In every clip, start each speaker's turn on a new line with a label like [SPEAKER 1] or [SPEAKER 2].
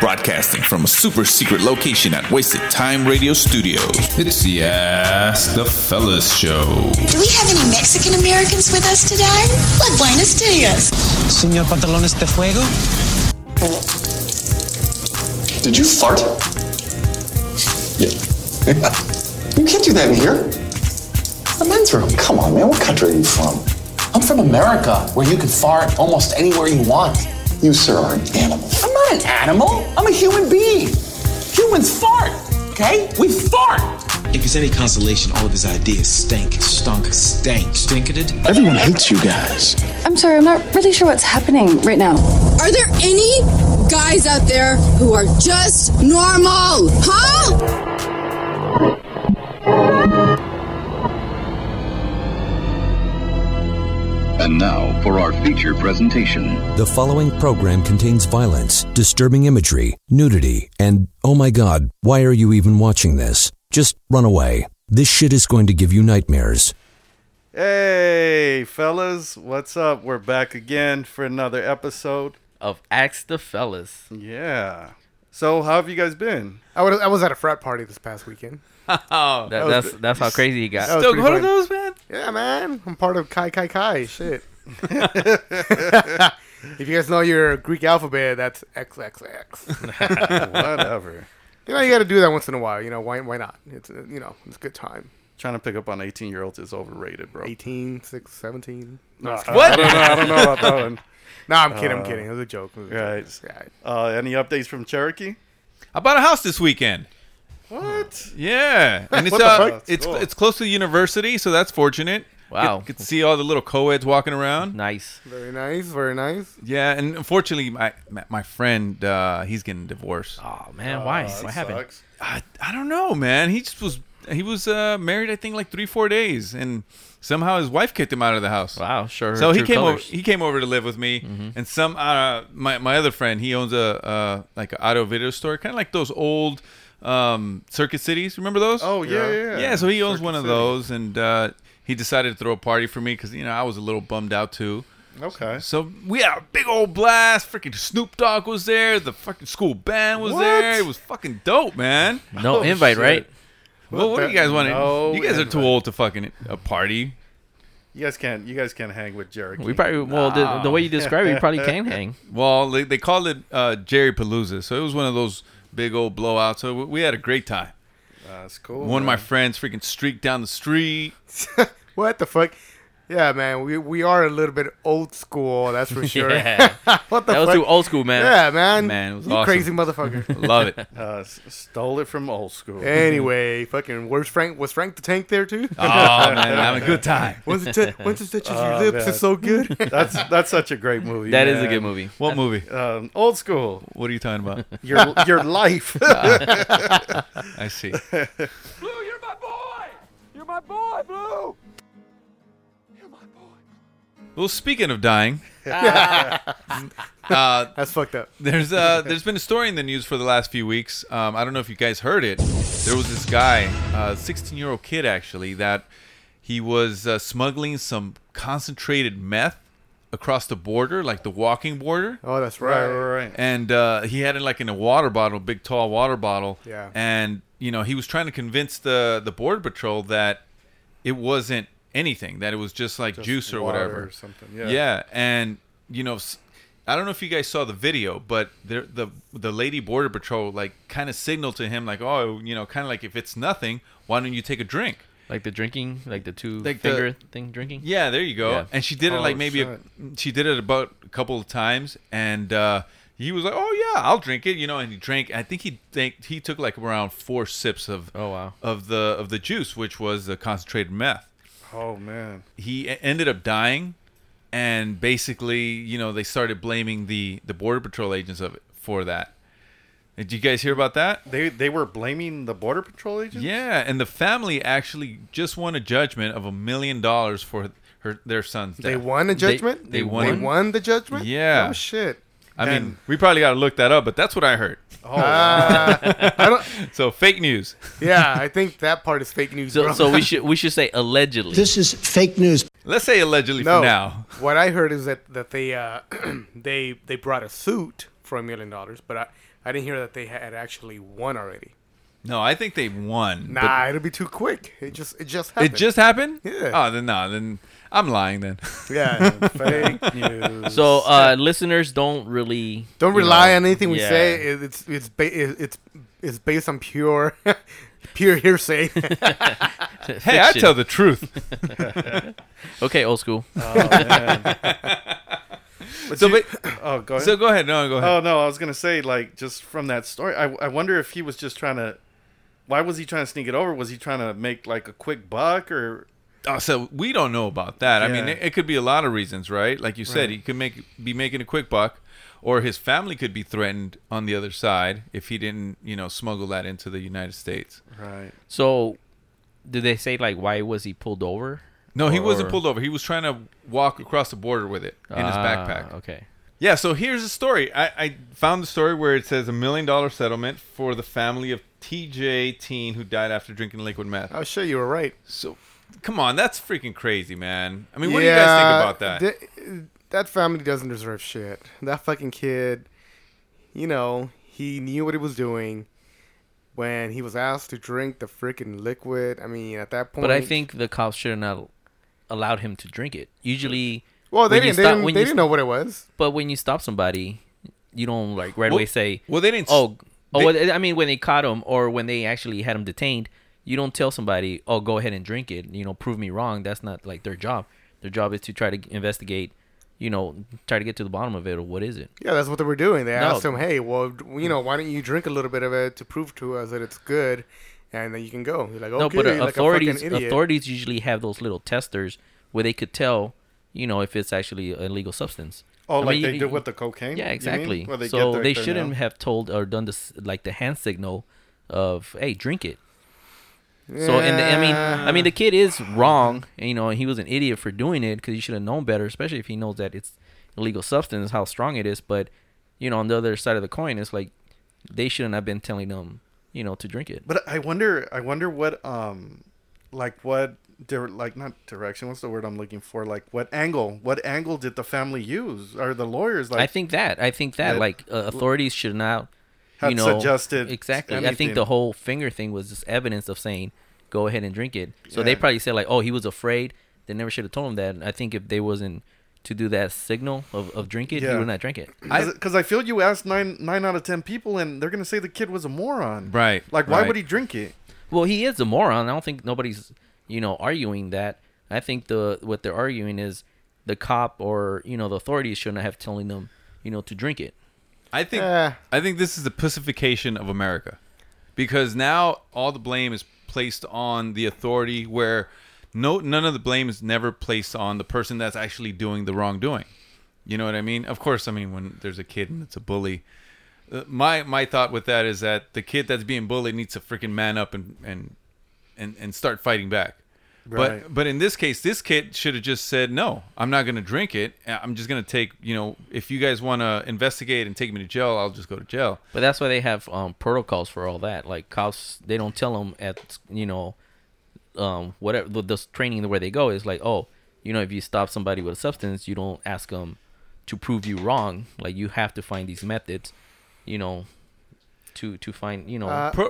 [SPEAKER 1] Broadcasting from a super secret location at Wasted Time Radio Studios.
[SPEAKER 2] It's the Ask the Fellas Show.
[SPEAKER 3] Do we have any Mexican Americans with us today? Like Buenos Dias.
[SPEAKER 4] Señor Pantalones de Fuego?
[SPEAKER 5] Did you fart? Yeah. you can't do that in here. It's the men's room. Come on, man. What country are you from?
[SPEAKER 6] I'm from America, where you can fart almost anywhere you want.
[SPEAKER 5] You, sir, are an animal.
[SPEAKER 6] I'm not an animal. I'm a human being. Humans fart, okay? We fart.
[SPEAKER 4] If it's any consolation, all of his ideas stank, stunk, stank, stinketed.
[SPEAKER 5] Everyone hates you guys.
[SPEAKER 7] I'm sorry, I'm not really sure what's happening right now.
[SPEAKER 8] Are there any guys out there who are just normal? Huh?
[SPEAKER 9] And now for our feature presentation.
[SPEAKER 10] The following program contains violence, disturbing imagery, nudity, and oh my god, why are you even watching this? Just run away. This shit is going to give you nightmares.
[SPEAKER 11] Hey, fellas, what's up? We're back again for another episode.
[SPEAKER 12] of Axe the Fellas.
[SPEAKER 11] Yeah. So, how have you guys been?
[SPEAKER 13] I, would, I was at a frat party this past weekend.
[SPEAKER 12] That, that's that's how crazy he got.
[SPEAKER 13] was
[SPEAKER 12] Still
[SPEAKER 13] pretty
[SPEAKER 12] one of
[SPEAKER 13] funny.
[SPEAKER 12] those, man.
[SPEAKER 13] Yeah, man. I'm part of Kai Kai Kai. Shit. if you guys know your Greek alphabet, that's XXX.
[SPEAKER 11] Whatever.
[SPEAKER 13] you know, you got to do that once in a while. You know, why, why not? It's, uh, you know, it's a good time.
[SPEAKER 11] Trying to pick up on 18 year olds is overrated, bro.
[SPEAKER 13] 18, 6, 17. No, I'm just kidding.
[SPEAKER 11] I don't know, I don't know about that one.
[SPEAKER 13] No, I'm kidding. I'm kidding. It was a joke. It was a joke.
[SPEAKER 11] Right.
[SPEAKER 13] Yeah.
[SPEAKER 11] Uh, any updates from Cherokee?
[SPEAKER 14] I bought a house this weekend.
[SPEAKER 11] What?
[SPEAKER 14] Yeah, and it's
[SPEAKER 11] What the fuck?
[SPEAKER 14] uh,
[SPEAKER 11] That's
[SPEAKER 14] it's
[SPEAKER 11] cool.
[SPEAKER 14] it's close to the university, so that's fortunate.
[SPEAKER 12] Wow.
[SPEAKER 14] could, could see all the little co-eds walking around.
[SPEAKER 12] Nice.
[SPEAKER 13] Very nice. Very nice.
[SPEAKER 14] Yeah, and unfortunately, my my- my friend uh, he's getting divorced.
[SPEAKER 12] Oh man, why?
[SPEAKER 11] Uh,
[SPEAKER 12] what happened?
[SPEAKER 11] sucks.
[SPEAKER 14] I, I don't know, man. He just was he was uh, married, I think, like three four days, and somehow his wife kicked him out of the house.
[SPEAKER 12] Wow, sure.
[SPEAKER 14] So he
[SPEAKER 12] true
[SPEAKER 14] came
[SPEAKER 12] colors. Mm-hmm.
[SPEAKER 14] over. He came over to live with me, and some uh, my my other friend. He owns a uh, like an auto video store, kind of like those old um, Circuit Cities. Remember those?
[SPEAKER 11] Oh, yeah, yeah.
[SPEAKER 14] Yeah, so he owns
[SPEAKER 11] Circuit
[SPEAKER 14] one of
[SPEAKER 11] City.
[SPEAKER 14] those, and uh, he decided to throw a party for me because you know I was a little bummed out too.
[SPEAKER 11] Okay.
[SPEAKER 14] So we had a big old blast. Freaking Snoop Dogg was there. The fucking school band was
[SPEAKER 11] What?
[SPEAKER 14] there. It was fucking dope, man.
[SPEAKER 12] no
[SPEAKER 11] Oh,
[SPEAKER 12] invite,
[SPEAKER 11] shit.
[SPEAKER 12] right?
[SPEAKER 14] Well, what do you guys want?
[SPEAKER 11] No
[SPEAKER 14] to you guys are too
[SPEAKER 11] invite.
[SPEAKER 14] old to fucking a party.
[SPEAKER 11] You guys can't. You guys can't hang with Cherokee.
[SPEAKER 12] We probably well the, the way you describe it, we probably can hang.
[SPEAKER 14] Well, they, they called it uh, Jerry Palooza, so it was one of those big old blowouts. So we, we had a great time.
[SPEAKER 11] That's cool.
[SPEAKER 14] One of my
[SPEAKER 11] man.
[SPEAKER 14] friends freaking streaked down the street.
[SPEAKER 13] What the fuck? Yeah, man. We, we are a little bit old
[SPEAKER 11] Oh,
[SPEAKER 13] school. That's for sure.
[SPEAKER 12] Yeah.
[SPEAKER 13] what the
[SPEAKER 12] That was
[SPEAKER 13] fuck?
[SPEAKER 12] too old school, man.
[SPEAKER 13] Yeah, man.
[SPEAKER 14] Man, it was
[SPEAKER 13] you
[SPEAKER 14] awesome.
[SPEAKER 13] crazy motherfucker.
[SPEAKER 14] Love it.
[SPEAKER 11] uh, s- stole it from old school.
[SPEAKER 13] Anyway, fucking where's Frank? Was Frank the Tank there too?
[SPEAKER 14] oh man, having a good time.
[SPEAKER 13] Once it, t- once it touches your lips,
[SPEAKER 11] man.
[SPEAKER 13] it's so good.
[SPEAKER 11] That's that's such a great movie.
[SPEAKER 12] That is a
[SPEAKER 11] man.
[SPEAKER 12] good movie.
[SPEAKER 14] What movie?
[SPEAKER 11] Um, old school.
[SPEAKER 14] What are you talking about? Ah,
[SPEAKER 11] Your your life.
[SPEAKER 14] I see. Well, speaking of dying,
[SPEAKER 6] Ah.
[SPEAKER 14] uh,
[SPEAKER 13] That's fucked up.
[SPEAKER 14] there's uh, there's been a story in the news for the last few weeks. Um, I don't know if you guys heard it. There was this guy, uh, 16 year old kid actually, that he was uh, smuggling some concentrated meth across the border, like the walking border.
[SPEAKER 13] Oh, that's
[SPEAKER 11] right,
[SPEAKER 13] right.
[SPEAKER 11] right, right.
[SPEAKER 14] and uh, he had it like in a water bottle, big tall water bottle.
[SPEAKER 13] Yeah.
[SPEAKER 14] And you know he was trying to convince the the border patrol that it wasn't anything, that it was just like juice or
[SPEAKER 11] water
[SPEAKER 14] whatever
[SPEAKER 11] or something, yeah.
[SPEAKER 14] And you know, s- I don't know if you guys saw the video, but there the the lady border patrol like kind of signaled to him like, oh, you know, kind of like if it's nothing, why don't you take a drink?
[SPEAKER 12] Like the drinking, like the two
[SPEAKER 14] Like the-
[SPEAKER 12] finger thing drinking.
[SPEAKER 14] Yeah, there you go.
[SPEAKER 12] Yeah.
[SPEAKER 14] And she did it
[SPEAKER 11] Oh,
[SPEAKER 14] like maybe a, she did it about a couple of times, and uh, he was like, "Oh yeah, I'll drink it," you know. And he drank. I think he think he took like around four sips of
[SPEAKER 12] Oh, wow.
[SPEAKER 14] of the of the juice, which was the concentrated meth.
[SPEAKER 11] oh man.
[SPEAKER 14] He e- ended up dying, and basically, you know, they started blaming the the border patrol agents of it for that. Did you guys hear about that?
[SPEAKER 11] They they were blaming the border patrol agents.
[SPEAKER 14] Yeah, and the family actually just won a judgment of a million dollars for her their son's death.
[SPEAKER 13] They won the judgment.
[SPEAKER 14] they won.
[SPEAKER 13] the judgment.
[SPEAKER 14] Yeah.
[SPEAKER 13] Oh shit.
[SPEAKER 14] I
[SPEAKER 11] And-
[SPEAKER 14] mean, we probably got to look that up, but that's what I heard.
[SPEAKER 11] Oh, wow.
[SPEAKER 13] Ah. I don't.
[SPEAKER 14] So fake news.
[SPEAKER 13] Yeah, I think that part is fake news.
[SPEAKER 12] So,
[SPEAKER 13] bro.
[SPEAKER 12] so we should we should say allegedly. This is
[SPEAKER 14] Let's say allegedly
[SPEAKER 13] no.
[SPEAKER 14] for now.
[SPEAKER 13] What I heard is that that they uh, they they brought a suit
[SPEAKER 6] for a million dollars, but I, I didn't hear that they had actually won already.
[SPEAKER 10] No, I think they won.
[SPEAKER 6] Nah,
[SPEAKER 10] but-
[SPEAKER 6] it'll be too quick. It just it just happened.
[SPEAKER 10] It just happened?
[SPEAKER 6] Yeah.
[SPEAKER 14] Ah,
[SPEAKER 10] Oh, then no, then I'm lying then.
[SPEAKER 6] Yeah, fake news.
[SPEAKER 13] So uh, listeners don't really
[SPEAKER 6] Don't
[SPEAKER 13] you
[SPEAKER 6] rely
[SPEAKER 13] know,
[SPEAKER 6] on anything we
[SPEAKER 13] yeah.
[SPEAKER 6] say. It- It's it's ba- it- it's it's based on pure pure hearsay.
[SPEAKER 10] Hey, I tell the truth.
[SPEAKER 13] okay, old school.
[SPEAKER 10] So,
[SPEAKER 11] you-
[SPEAKER 10] but-
[SPEAKER 11] oh, go ahead.
[SPEAKER 10] so go ahead. No, go ahead.
[SPEAKER 11] Oh no, I was gonna say like just from that story, I, I wonder if he was just trying to. Why was he trying to sneak it over? Was he trying to make like a quick buck or?
[SPEAKER 10] Oh, so we don't know about that. I mean,
[SPEAKER 11] Yeah.
[SPEAKER 10] it, it could be a lot of reasons, right? Like you said,
[SPEAKER 11] Right.
[SPEAKER 10] he could make be making a quick buck, or his family could be threatened on the other side if he didn't, you know, smuggle that into the United States.
[SPEAKER 11] Right.
[SPEAKER 13] So, did they say like why was he pulled over?
[SPEAKER 10] No, he
[SPEAKER 13] Or-
[SPEAKER 10] wasn't pulled over. He was trying to walk across the border with it in his
[SPEAKER 13] Ah,
[SPEAKER 10] backpack.
[SPEAKER 13] Okay.
[SPEAKER 10] Yeah, so here's the story. I, I found the story where it says a million dollar settlement for the family of TJ teen who died after drinking liquid meth.
[SPEAKER 6] I'll show Oh, you were right.
[SPEAKER 10] So, come on, that's freaking crazy, man. I mean, what do you guys think about that?
[SPEAKER 6] th- that family doesn't deserve shit. That fucking kid, you know, he knew what he was doing when he was asked to drink the freaking liquid. I mean, at that point,
[SPEAKER 13] But I think the cops should have not allowed him to drink it. Usually,
[SPEAKER 6] Well, they
[SPEAKER 13] when you
[SPEAKER 6] didn't- they
[SPEAKER 13] stop-
[SPEAKER 6] didn't-
[SPEAKER 13] when
[SPEAKER 6] they
[SPEAKER 13] you
[SPEAKER 6] didn't
[SPEAKER 13] st-
[SPEAKER 6] know what it was.
[SPEAKER 13] But when you stop somebody, you don't like right
[SPEAKER 10] Well-
[SPEAKER 13] away say,
[SPEAKER 10] well, they didn't s-
[SPEAKER 13] Oh, oh,
[SPEAKER 10] they-
[SPEAKER 13] well, I mean, when they caught him or when they actually had him detained, you don't tell somebody, "Oh, go ahead and drink it." You know, prove me wrong. That's not like their job. Their job is to try to investigate. You know, try to get to the bottom of it or what is it?
[SPEAKER 6] yeah, that's what they were doing. They
[SPEAKER 13] No.
[SPEAKER 6] asked him, "Hey, well, d- you know, why don't you drink a little bit of it to prove to us that it's good?" And then you can go. You're like, okay,
[SPEAKER 13] no, but uh,
[SPEAKER 6] like
[SPEAKER 13] authorities
[SPEAKER 6] a fucking idiot.
[SPEAKER 13] authorities usually have those little testers where they could tell, you know, if it's actually an illegal substance.
[SPEAKER 11] Oh,
[SPEAKER 13] I
[SPEAKER 11] like
[SPEAKER 13] mean,
[SPEAKER 11] they do
[SPEAKER 13] you- you-
[SPEAKER 11] with the cocaine? you
[SPEAKER 13] Yeah,
[SPEAKER 11] mean?
[SPEAKER 13] exactly.
[SPEAKER 11] Where get
[SPEAKER 13] so
[SPEAKER 11] their-
[SPEAKER 13] they
[SPEAKER 11] their
[SPEAKER 13] shouldn't
[SPEAKER 11] nail.
[SPEAKER 13] have told or done this like the hand signal of, hey, drink it. So and the, I mean, I mean, the kid is wrong. You know, and he was an idiot for doing it because he should have known better, especially if he knows that it's illegal substance, how strong it is. But you know, on the other side of the coin, it's like they shouldn't have been telling them, you know, to drink it.
[SPEAKER 11] But I wonder, I wonder what, um, like what, dir- like not direction. What's the word I'm looking for? Like what angle? What angle did the family use? Or the lawyers? Like
[SPEAKER 13] I think that. I think that
[SPEAKER 11] that-
[SPEAKER 13] like uh, authorities should not, you
[SPEAKER 11] Had
[SPEAKER 13] know,
[SPEAKER 11] suggested
[SPEAKER 13] exactly. I think
[SPEAKER 11] anything.
[SPEAKER 13] the whole finger thing was just evidence of saying, go ahead and drink it. So
[SPEAKER 11] Yeah.
[SPEAKER 13] they probably said like, oh, he was afraid. They never should have told him that. And I think if they wasn't to do that signal of, of drink it, he would not drink it.
[SPEAKER 11] Because I, feel you asked nine nine out of ten people, and they're gonna say the kid was a moron.
[SPEAKER 13] Right,
[SPEAKER 11] Like, why
[SPEAKER 13] right.
[SPEAKER 11] would he drink it?
[SPEAKER 13] Well, he is a moron. I don't think nobody's, you know, arguing that. I think the what they're arguing is the cop or you know the authorities shouldn't have telling them, you know, to drink it.
[SPEAKER 10] I think I think this is the pacification of America, because now all the blame is placed on the authority, where no none of the blame is never placed on the person that's actually doing the wrongdoing. You know what I mean? Of course, I mean when there's a kid and it's a bully. uh, My my thought with that is that the kid that's being bullied needs to freaking man up and and and, and start fighting back.
[SPEAKER 11] Right.
[SPEAKER 10] But but in this case, this kid should have just said, "No, I'm not going to drink it. I'm just going to take, you know, if you guys want to investigate and take me to jail, I'll just go to jail."
[SPEAKER 13] But that's why they have um, protocols for all that. Like cops, they don't tell them at you know, um, whatever the, the training where they go is like, oh, you know, if you stop somebody with a substance, you don't ask them to prove you wrong. Like you have to find these methods, you know, to to find you know.
[SPEAKER 6] Uh,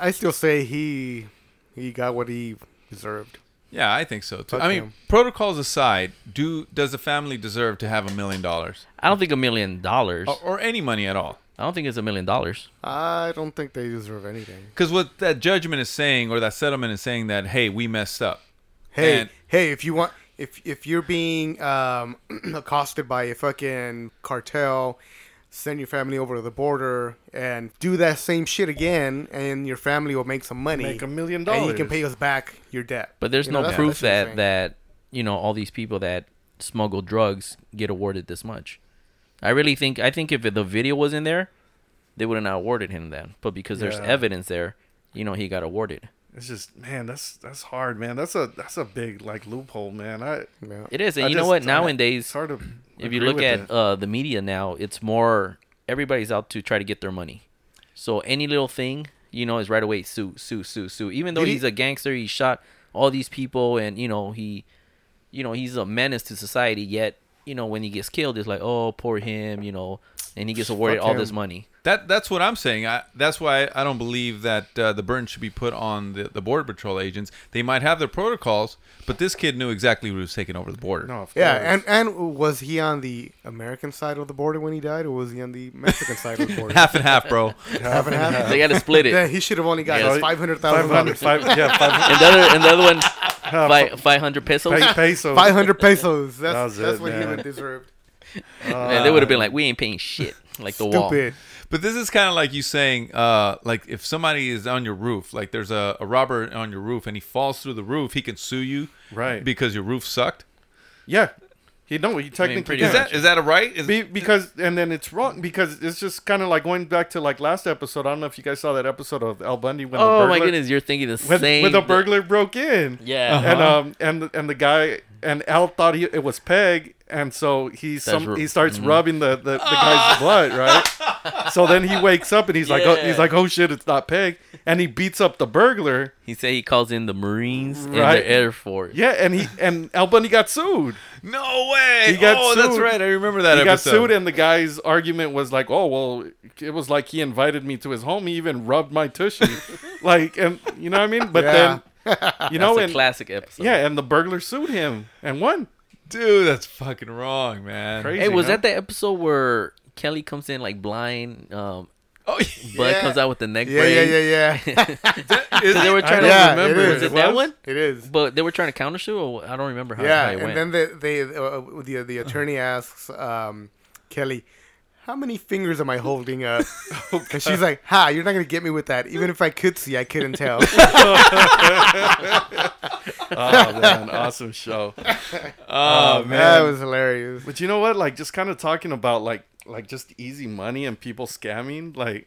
[SPEAKER 6] I still say he he got what he deserved.
[SPEAKER 10] Yeah, I think so too.
[SPEAKER 6] Fuck
[SPEAKER 10] I mean,
[SPEAKER 6] him.
[SPEAKER 10] protocols aside, do does the family deserve to have a million dollars?
[SPEAKER 13] I don't think a million dollars
[SPEAKER 10] or, or any money at all.
[SPEAKER 13] I don't think it's a million dollars.
[SPEAKER 6] I don't think they deserve anything.
[SPEAKER 10] Because what that judgment is saying, or that settlement is saying, that hey, we messed up.
[SPEAKER 6] Hey,
[SPEAKER 10] And-
[SPEAKER 6] hey, if you want, if if you're being um, accosted by a fucking cartel, send your family over to the border and do that same shit again, and your family will make some money,
[SPEAKER 11] Make a million
[SPEAKER 6] and you can
[SPEAKER 11] dollars.
[SPEAKER 6] pay us back your debt.
[SPEAKER 13] But there's
[SPEAKER 6] You know,
[SPEAKER 13] no
[SPEAKER 6] that's what
[SPEAKER 13] proof
[SPEAKER 6] that shit's
[SPEAKER 13] that
[SPEAKER 6] saying.
[SPEAKER 13] that you know all these people that smuggle drugs get awarded this much. I really think I think if the video was in there, they would have not awarded him that. But because there's
[SPEAKER 11] Yeah.
[SPEAKER 13] evidence there, you know he got awarded.
[SPEAKER 11] It's just man, that's that's hard, man. That's a that's a big like loophole, man. I
[SPEAKER 13] It is, and
[SPEAKER 11] I
[SPEAKER 13] you know
[SPEAKER 11] just-
[SPEAKER 13] what?
[SPEAKER 11] I-
[SPEAKER 13] Nowadays,
[SPEAKER 11] it's hard to
[SPEAKER 13] if you
[SPEAKER 11] agree
[SPEAKER 13] look
[SPEAKER 11] with
[SPEAKER 13] at
[SPEAKER 11] it.
[SPEAKER 13] uh, the media now, it's more everybody's out to try to get their money. So any little thing, you know, is right away sue, sue, sue, sue. Even though
[SPEAKER 11] Did he-
[SPEAKER 13] he's a gangster, he shot all these people, and you know he, you know, he's a menace to society. Yet you know, when he gets killed, it's like, oh, poor him, you know, and he gets awarded
[SPEAKER 10] Fuck
[SPEAKER 13] all
[SPEAKER 10] him.
[SPEAKER 13] this money.
[SPEAKER 10] That that's what I'm saying. I, that's why I don't believe that uh, the burden should be put on the, the border patrol agents. They might have their protocols, but this kid knew exactly who was taking over the border. No,
[SPEAKER 6] yeah, and and was he on the American side of the border when he died, or was he on the Mexican side of the border?
[SPEAKER 10] Half and half, bro.
[SPEAKER 6] half and half.
[SPEAKER 13] They gotta split it.
[SPEAKER 6] Yeah, he should have only got his five hundred thousand dollars.
[SPEAKER 13] and the other, and the other one, fi- five hundred pesos.
[SPEAKER 6] Five hundred pesos. That's
[SPEAKER 13] That was
[SPEAKER 6] that's
[SPEAKER 13] it,
[SPEAKER 6] what he
[SPEAKER 13] man.
[SPEAKER 6] would have deserved.
[SPEAKER 13] and they would have been like, we ain't paying shit, like the wall.
[SPEAKER 10] But this is kind of like you saying, uh, like if somebody is on your roof, like there's a, a robber on your roof and he falls through the roof, he can sue you,
[SPEAKER 11] Right.
[SPEAKER 10] Because your roof sucked.
[SPEAKER 11] Yeah. He no, he technically
[SPEAKER 10] pretty Is
[SPEAKER 11] can.
[SPEAKER 10] that- is that a right?
[SPEAKER 11] Be- because and then it's wrong because it's just kind of like going back to like last episode. I don't know if you guys saw that episode of Al Bundy when
[SPEAKER 13] Oh
[SPEAKER 11] the
[SPEAKER 13] my
[SPEAKER 11] burglar-
[SPEAKER 13] goodness, you're thinking the
[SPEAKER 11] when,
[SPEAKER 13] same
[SPEAKER 11] when the
[SPEAKER 13] thi-
[SPEAKER 11] burglar broke in.
[SPEAKER 13] Yeah.
[SPEAKER 11] and
[SPEAKER 13] Uh-huh.
[SPEAKER 11] um and the- and the guy and Al thought he, it was Peg, and so he some
[SPEAKER 13] ru-
[SPEAKER 11] he starts
[SPEAKER 13] mhm.
[SPEAKER 11] rubbing the the, the guy's blood right. So then he wakes up and he's like oh,
[SPEAKER 13] Yeah.
[SPEAKER 11] he's like oh shit it's not Peg, and he beats up the burglar.
[SPEAKER 13] He said he calls in the Marines
[SPEAKER 11] Right.
[SPEAKER 13] and the Air Force.
[SPEAKER 11] Yeah, and he and Al Bundy got sued.
[SPEAKER 10] No way.
[SPEAKER 11] He got
[SPEAKER 10] oh,
[SPEAKER 11] sued.
[SPEAKER 10] that's right. I remember that
[SPEAKER 11] He
[SPEAKER 10] episode.
[SPEAKER 11] got sued, and the guy's argument was like, "Oh well, it was like he invited me to his home. He even rubbed my tushy, like, and you know what I mean." But
[SPEAKER 13] Yeah.
[SPEAKER 11] then, you know,
[SPEAKER 13] That's a
[SPEAKER 11] and
[SPEAKER 13] classic episode.
[SPEAKER 11] Yeah, and the burglar sued him and won.
[SPEAKER 10] Dude, that's fucking wrong, man.
[SPEAKER 13] hey, was that the episode where Kelly comes in like blind? Um,
[SPEAKER 10] oh,
[SPEAKER 13] Bud
[SPEAKER 6] yeah.
[SPEAKER 13] comes out with the neck
[SPEAKER 6] Yeah,
[SPEAKER 13] braid.
[SPEAKER 6] yeah, yeah, yeah.
[SPEAKER 13] 'Cause they were
[SPEAKER 6] I
[SPEAKER 13] trying to
[SPEAKER 6] don't
[SPEAKER 13] remember.
[SPEAKER 6] remember.
[SPEAKER 13] Is
[SPEAKER 6] It
[SPEAKER 13] it, that
[SPEAKER 6] was?
[SPEAKER 13] one?
[SPEAKER 6] It is.
[SPEAKER 13] But they were trying to counter sue, or I don't remember how,
[SPEAKER 6] yeah,
[SPEAKER 13] how it went.
[SPEAKER 6] and then they, they uh, the the attorney asks um, Kelly, "How many fingers am I holding up?" and she's like, "Ha, you're not gonna get me with that. Even if I could see, I couldn't tell."
[SPEAKER 11] oh man, awesome show.
[SPEAKER 6] Oh, man. That was hilarious.
[SPEAKER 11] But you know what? Like, just kind of talking about like like just easy money and people scamming, like.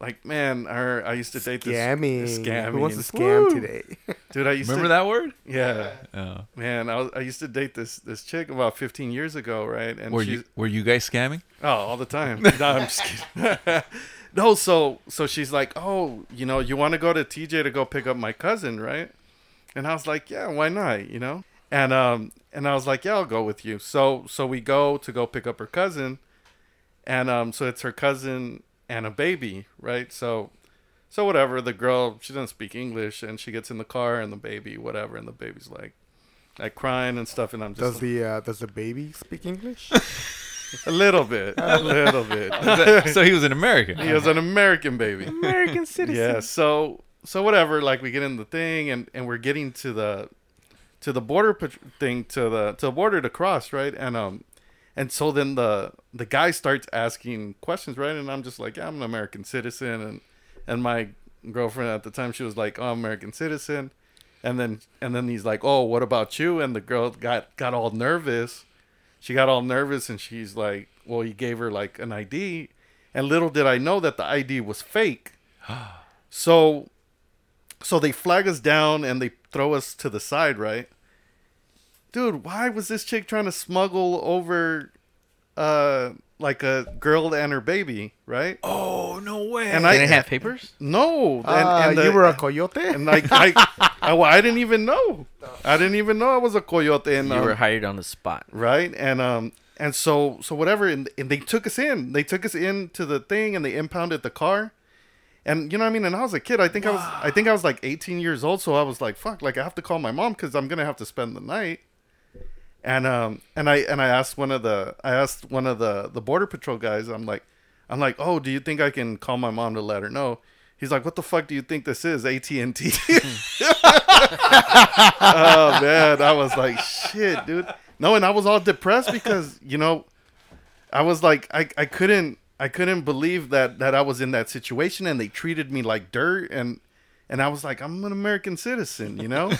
[SPEAKER 11] Like man, I, I used to date this
[SPEAKER 6] Scamming.
[SPEAKER 11] this scamming.
[SPEAKER 6] Who wants to scam
[SPEAKER 11] Woo!
[SPEAKER 6] today?
[SPEAKER 11] dude? I used
[SPEAKER 10] Remember
[SPEAKER 11] to,
[SPEAKER 10] that word?
[SPEAKER 11] Yeah.
[SPEAKER 10] Oh.
[SPEAKER 11] Man, I, was, I used to date this this chick about 15 years ago, right? And
[SPEAKER 10] were
[SPEAKER 11] she-
[SPEAKER 10] you were you guys scamming?
[SPEAKER 11] Oh, all the time. No, I'm just kidding. no, so so she's like, oh, you know, you want to go to TJ to go pick up my cousin, right? And I was like, yeah, why not? You know, and um, and I was like, yeah, I'll go with you. So so we go to go pick up her cousin, and um, so it's her cousin and a baby, right? So so whatever. The girl she doesn't speak English, and she gets in the car and the baby, whatever, and the baby's like. Like crying and stuff, and I'm just
[SPEAKER 6] Does
[SPEAKER 11] like-
[SPEAKER 6] the uh, does the baby speak English?
[SPEAKER 11] a little bit. A little bit.
[SPEAKER 10] So he was an American.
[SPEAKER 11] He was an American baby.
[SPEAKER 6] American citizen.
[SPEAKER 11] Yeah, so so whatever, like we get in the thing and, and we're getting to the to the border pat- thing to the to the border to cross, right? And um and so then the the guy starts asking questions, right? And I'm just like, yeah, I'm an American citizen and and my girlfriend at the time she was like, "Oh, I'm American citizen." And then and then he's like, "Oh, what about you?" And the girl got got all nervous. She got all nervous and she's like, "Well, he gave her like an ID." And little did I know that the ID was fake. So so they flag us down and they throw us to the side, right? Dude, why was this chick trying to smuggle over uh like a girl and her baby, right?
[SPEAKER 10] Oh no way!
[SPEAKER 11] And I
[SPEAKER 13] They didn't have papers?
[SPEAKER 11] No,
[SPEAKER 6] Ah, you were a coyote.
[SPEAKER 11] And like I, I, well, I didn't even know. I didn't even know I was a coyote. And
[SPEAKER 13] you
[SPEAKER 11] um,
[SPEAKER 13] were hired on the spot.
[SPEAKER 11] right? And um, and so so whatever, and, and they took us in. They took us in to the thing, and they impounded the car. And you know what I mean? And I was a kid. I think I was I think I was like 18 years old. So I was like, fuck, like I have to call my mom because I'm gonna have to spend the night. And um, and I and I asked one of the I asked one of the the border patrol guys. I'm like, I'm like, oh, do you think I can call my mom to let her know? He's like, what the fuck do you think this is? AT and T. oh man, I was like, shit, dude. No, and I was all depressed because you know, I was like, I, I couldn't, I couldn't believe that that I was in that situation, and they treated me like dirt, and and I was like, I'm an American citizen, you know.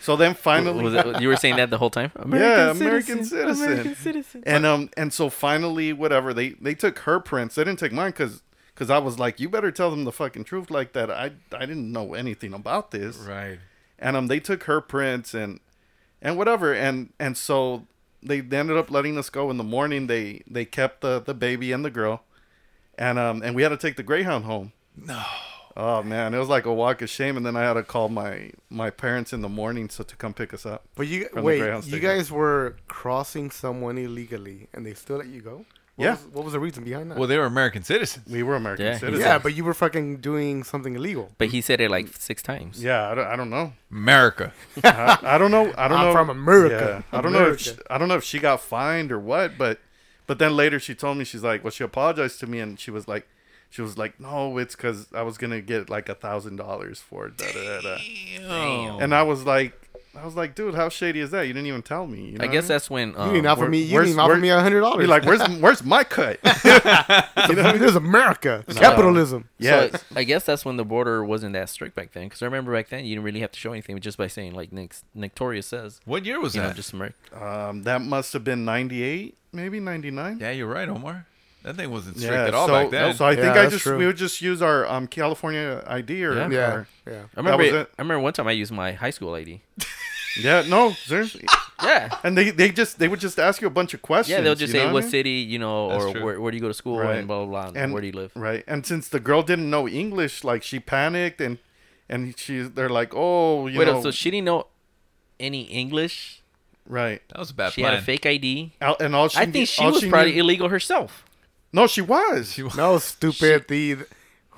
[SPEAKER 11] so then finally,
[SPEAKER 13] Was it, you were saying that the whole time?
[SPEAKER 11] yeah, American citizen.
[SPEAKER 13] American citizen.
[SPEAKER 11] And um, and so finally, whatever they they took her prints. They didn't take mine because because I was like, you better tell them the fucking truth like that. I I didn't know anything about this.
[SPEAKER 10] Right.
[SPEAKER 11] And um, they took her prints and and whatever and and so they they ended up letting us go in the morning. They they kept the the baby and the girl, and um, and we had to take the Greyhound home.
[SPEAKER 10] No.
[SPEAKER 11] Oh man, it was like a walk of shame, and then I had to call my my parents in the morning so to come pick us up.
[SPEAKER 6] But you
[SPEAKER 11] from the
[SPEAKER 6] wait,
[SPEAKER 11] Greyhound
[SPEAKER 6] you
[SPEAKER 11] station.
[SPEAKER 6] guys were crossing someone illegally, and they still let you go. What
[SPEAKER 11] Yeah.
[SPEAKER 6] Was, what was the reason behind that?
[SPEAKER 10] Well, they were American citizens.
[SPEAKER 11] We were American
[SPEAKER 13] Yeah, he
[SPEAKER 11] citizens.
[SPEAKER 6] yeah, but you were fucking doing something illegal.
[SPEAKER 13] But he said it like six times.
[SPEAKER 11] Yeah, I don't, I don't know.
[SPEAKER 10] America.
[SPEAKER 11] I, I don't know. I don't
[SPEAKER 6] I'm
[SPEAKER 11] know.
[SPEAKER 6] from America.
[SPEAKER 11] Yeah, I don't know. If she,
[SPEAKER 6] America.
[SPEAKER 11] I don't know if she got fined or what, but but then later she told me she's like, well, she apologized to me, and she was like, she was like, no, it's because I was gonna get like a thousand dollars for it. Da, da, da, da.
[SPEAKER 13] Damn.
[SPEAKER 11] And I was like. I was like, dude, how shady is that? You didn't even tell me. You know
[SPEAKER 13] I
[SPEAKER 11] what
[SPEAKER 13] guess
[SPEAKER 11] mean?
[SPEAKER 13] that's when, You
[SPEAKER 6] didn't um, offer
[SPEAKER 11] Where-
[SPEAKER 6] me- you
[SPEAKER 11] where's-
[SPEAKER 6] didn't offer
[SPEAKER 11] where-
[SPEAKER 6] me $100.
[SPEAKER 11] You're like, where's where's my cut? You know what I mean?
[SPEAKER 6] There's America, capitalism.
[SPEAKER 11] Yeah.
[SPEAKER 13] So I guess that's when the border wasn't that strict back then. Because I remember back then you didn't really have to show anything just by saying like Nick Nictoria says.
[SPEAKER 10] What year was
[SPEAKER 13] you Know,
[SPEAKER 10] that?
[SPEAKER 13] just America.
[SPEAKER 11] Um, that must have been '98, maybe '99.
[SPEAKER 10] Yeah, you're right, Omar. That thing wasn't strict at all
[SPEAKER 11] so,
[SPEAKER 10] back then.
[SPEAKER 11] So I think
[SPEAKER 6] Yeah,
[SPEAKER 11] I
[SPEAKER 6] that's
[SPEAKER 11] just
[SPEAKER 6] true.
[SPEAKER 11] we would just use our um, California ID or
[SPEAKER 13] Yeah.
[SPEAKER 6] Yeah,
[SPEAKER 11] or-
[SPEAKER 6] yeah.
[SPEAKER 13] I remember.
[SPEAKER 11] That was
[SPEAKER 13] it- I remember one time I used my high school ID.
[SPEAKER 11] Yeah, no, seriously.
[SPEAKER 13] Yeah.
[SPEAKER 11] And they, they just they would just ask you a bunch of questions.
[SPEAKER 13] Yeah, they'll just
[SPEAKER 11] you know
[SPEAKER 13] say what
[SPEAKER 11] I mean?
[SPEAKER 13] city, you know,
[SPEAKER 10] That's
[SPEAKER 13] or
[SPEAKER 10] true.
[SPEAKER 13] where, where do you go to school,
[SPEAKER 11] Right.
[SPEAKER 13] and blah blah blah, and
[SPEAKER 11] And-
[SPEAKER 13] where do you live?
[SPEAKER 11] Right. And since the girl didn't know English, like she panicked and and she they're like, oh, you
[SPEAKER 13] Wait,
[SPEAKER 11] know,
[SPEAKER 13] so she didn't know any English.
[SPEAKER 11] right.
[SPEAKER 10] that was a bad
[SPEAKER 13] She
[SPEAKER 10] plan.
[SPEAKER 13] had a fake ID.
[SPEAKER 11] Al- And all she
[SPEAKER 13] I
[SPEAKER 11] knew-
[SPEAKER 13] think she
[SPEAKER 11] all
[SPEAKER 13] was probably
[SPEAKER 11] knew-
[SPEAKER 13] illegal herself.
[SPEAKER 11] no, she was.
[SPEAKER 6] No, stupid. The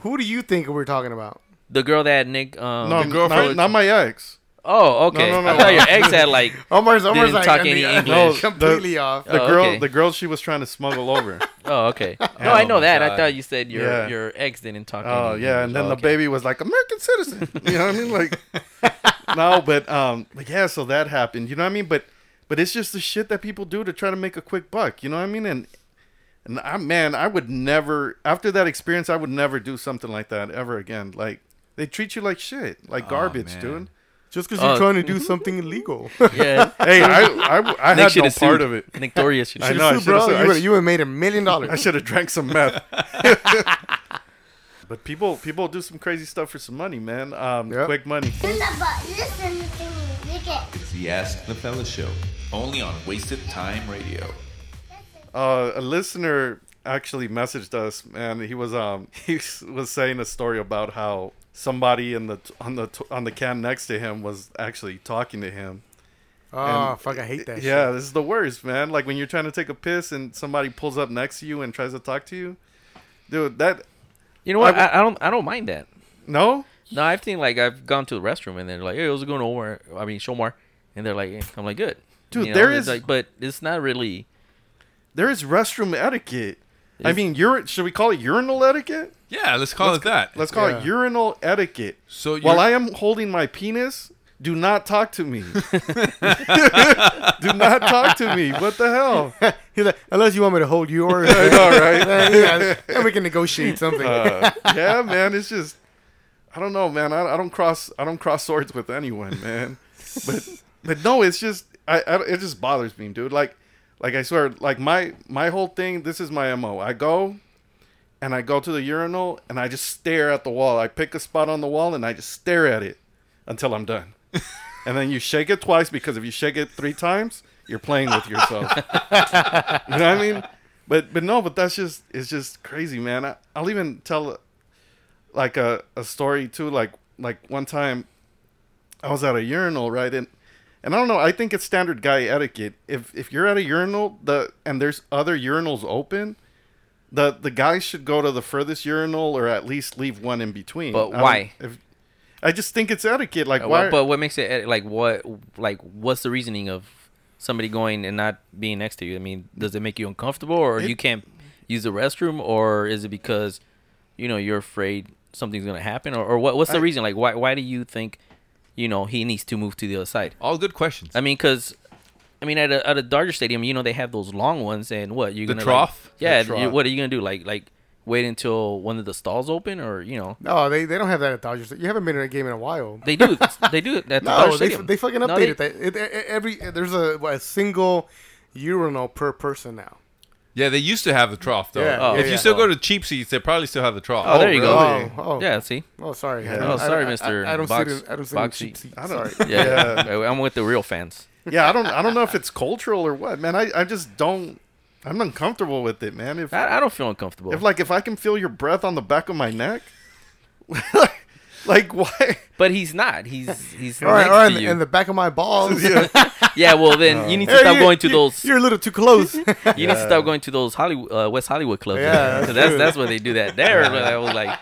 [SPEAKER 6] who do you think we're talking about?
[SPEAKER 13] The girl that Nick, um,
[SPEAKER 11] no,
[SPEAKER 13] the
[SPEAKER 11] not, not my ex.
[SPEAKER 13] Oh, okay.
[SPEAKER 11] No, no, no.
[SPEAKER 13] I thought your ex had like
[SPEAKER 6] Omar's Omar's
[SPEAKER 13] didn't
[SPEAKER 6] like
[SPEAKER 13] talk
[SPEAKER 6] and
[SPEAKER 13] any
[SPEAKER 6] the-
[SPEAKER 11] No,
[SPEAKER 13] English.
[SPEAKER 11] the-
[SPEAKER 6] completely off.
[SPEAKER 11] The
[SPEAKER 13] Oh,
[SPEAKER 11] girl,
[SPEAKER 13] okay.
[SPEAKER 11] the girl she was trying to smuggle over.
[SPEAKER 13] Oh, okay. No,
[SPEAKER 11] Oh
[SPEAKER 13] I know
[SPEAKER 10] my
[SPEAKER 13] that.
[SPEAKER 10] God.
[SPEAKER 13] I thought you said your
[SPEAKER 11] Yeah.
[SPEAKER 13] your ex didn't talk.
[SPEAKER 11] Oh
[SPEAKER 13] any
[SPEAKER 11] yeah,
[SPEAKER 13] English.
[SPEAKER 11] and then
[SPEAKER 13] Oh,
[SPEAKER 11] the
[SPEAKER 13] okay.
[SPEAKER 11] baby was like American citizen. You know what I mean? Like no, but um, but yeah, so that happened. You know what I mean? But but it's just the shit that people do to try to make a quick buck. You know what I mean? And and I man, I would never after that experience, I would never do something like that ever again. Like they treat you like shit, like garbage,
[SPEAKER 10] man.
[SPEAKER 11] dude.
[SPEAKER 6] Just because
[SPEAKER 13] Oh.
[SPEAKER 6] you're trying to do something illegal.
[SPEAKER 13] Yeah.
[SPEAKER 11] Hey, Uh, I I, I
[SPEAKER 13] Nick
[SPEAKER 11] had
[SPEAKER 13] should
[SPEAKER 11] no
[SPEAKER 13] have
[SPEAKER 11] part of it.
[SPEAKER 13] Nick Doria should
[SPEAKER 11] I
[SPEAKER 13] have.
[SPEAKER 11] know. I
[SPEAKER 6] Dude,
[SPEAKER 11] should've
[SPEAKER 6] bro,
[SPEAKER 11] said- I
[SPEAKER 6] you would
[SPEAKER 11] sh-
[SPEAKER 6] you would have made a million
[SPEAKER 11] I
[SPEAKER 6] dollars.
[SPEAKER 11] should have drank some meth. but people people do some crazy stuff for some money, man. Um,
[SPEAKER 6] Yep.
[SPEAKER 11] quick money.
[SPEAKER 3] Listen to me,
[SPEAKER 14] It's the Ask the Fellas Show, only on Wasted Time Radio.
[SPEAKER 11] uh, a listener actually messaged us, and he was um he s- was saying a story about how somebody in the t- on the t- on the can next to him was actually talking to him.
[SPEAKER 6] Oh fuck, I hate that.
[SPEAKER 11] Yeah, this is the worst, man. Like when you're trying to take a piss and somebody pulls up next to you and tries to talk to you, dude. That
[SPEAKER 13] You know what?
[SPEAKER 11] I-
[SPEAKER 13] I, I don't. I don't mind that.
[SPEAKER 11] no,
[SPEAKER 13] No, I've seen like I've gone to the restroom and they're like, "Hey, how's it going, Omar?" I mean, Shomar, and they're like, hey. "I'm like, good."
[SPEAKER 11] Dude,
[SPEAKER 13] You
[SPEAKER 11] there
[SPEAKER 13] it's
[SPEAKER 11] is-
[SPEAKER 13] like, but it's not really.
[SPEAKER 11] there is restroom etiquette. I
[SPEAKER 13] Is-
[SPEAKER 11] mean, ur- should we call it urinal etiquette?
[SPEAKER 10] yeah, let's call it that.
[SPEAKER 11] Let's call it
[SPEAKER 6] Yeah.
[SPEAKER 11] urinal etiquette.
[SPEAKER 10] So
[SPEAKER 11] while
[SPEAKER 10] you're-
[SPEAKER 11] I am holding my penis, do not talk to me. do not talk to me. What the hell?
[SPEAKER 6] He's like, unless you want me to hold yours,
[SPEAKER 11] All right.
[SPEAKER 6] yeah, then we can negotiate something.
[SPEAKER 11] Uh, yeah, man. It's just I don't know, man. I, I don't cross I don't cross swords with anyone, man. But but no, it's just I, I it just bothers me, dude. Like like I swear, like my my whole thing. This is my mo. I go and I go to the urinal and I just stare at the wall. I pick a spot on the wall and I just stare at it until I'm done. and then you shake it twice because if you shake it three times, you're playing with yourself. you know what I mean? But but no, but that's just it's just crazy, man. I, I'll even tell like a, a story too. Like like one time, I was at a urinal, right? And and I don't know. I think it's standard guy etiquette. If if you're at a urinal, the and there's other urinals open, the the guy should go to the furthest urinal or at least leave one in between.
[SPEAKER 13] But
[SPEAKER 11] I don't-
[SPEAKER 13] why?
[SPEAKER 11] If, I just think it's etiquette. Like
[SPEAKER 13] Uh,
[SPEAKER 11] why?
[SPEAKER 13] But what makes it eh, like what? Like what's the reasoning of somebody going and not being next to you? I mean, does it make you uncomfortable, or you can't use the restroom, or is it because you know you're afraid something's gonna happen, or, or what? What's the reason? Like why? Why do you think you know he needs to move to the other side?
[SPEAKER 10] All good questions.
[SPEAKER 13] I mean, because I mean, at a at a Dodger Stadium, you know they have those long ones, and what you
[SPEAKER 10] The
[SPEAKER 13] gonna like-
[SPEAKER 10] trough?
[SPEAKER 13] yeah,
[SPEAKER 11] The trough.
[SPEAKER 13] you- what are you gonna do? Like like wait until one of the stalls open, or you know
[SPEAKER 6] No, they, they don't have that at Dodgers. You haven't been in a game in a while.
[SPEAKER 13] they do they do it at the
[SPEAKER 6] no,
[SPEAKER 13] Dodger
[SPEAKER 6] they,
[SPEAKER 13] Stadium.
[SPEAKER 6] they fucking updated
[SPEAKER 13] No, they-
[SPEAKER 6] that. It, it- every there's a, what, a single urinal per person now.
[SPEAKER 10] yeah, they used to have the trough though.
[SPEAKER 6] Yeah, Oh,
[SPEAKER 10] if
[SPEAKER 6] yeah,
[SPEAKER 10] you
[SPEAKER 6] yeah.
[SPEAKER 10] still go to cheap seats, they probably still have the trough.
[SPEAKER 13] Oh, there you go.
[SPEAKER 6] really? Oh, oh.
[SPEAKER 13] Yeah, see.
[SPEAKER 6] Oh, sorry.
[SPEAKER 13] Oh, sorry, Mr.
[SPEAKER 6] I, I don't
[SPEAKER 13] Box-
[SPEAKER 6] see it. in- I don't see
[SPEAKER 13] Box
[SPEAKER 6] it. in cheap
[SPEAKER 13] Seat.
[SPEAKER 6] seats.
[SPEAKER 11] I don't.
[SPEAKER 6] Sorry.
[SPEAKER 13] Yeah, I'm with the real fans.
[SPEAKER 11] yeah, I don't. I don't know if it's cultural or what, man. I, I just don't. I'm uncomfortable with it, man. If
[SPEAKER 13] I, I don't feel uncomfortable.
[SPEAKER 11] if like if I can feel your breath on the back of my neck, like why?
[SPEAKER 13] But he's not. He's he's
[SPEAKER 6] All right,
[SPEAKER 13] next
[SPEAKER 6] all right,
[SPEAKER 13] to you.
[SPEAKER 6] in the back of my balls.
[SPEAKER 13] yeah, well then you need to
[SPEAKER 6] Hey,
[SPEAKER 13] stop
[SPEAKER 6] you-
[SPEAKER 13] going to
[SPEAKER 6] you-
[SPEAKER 13] those.
[SPEAKER 6] You're a little too close.
[SPEAKER 13] you need to stop going to those Hollywood, uh, West Hollywood clubs.
[SPEAKER 6] Yeah, that's
[SPEAKER 13] that's that's,
[SPEAKER 6] true.
[SPEAKER 13] where they do that. There, but I was like,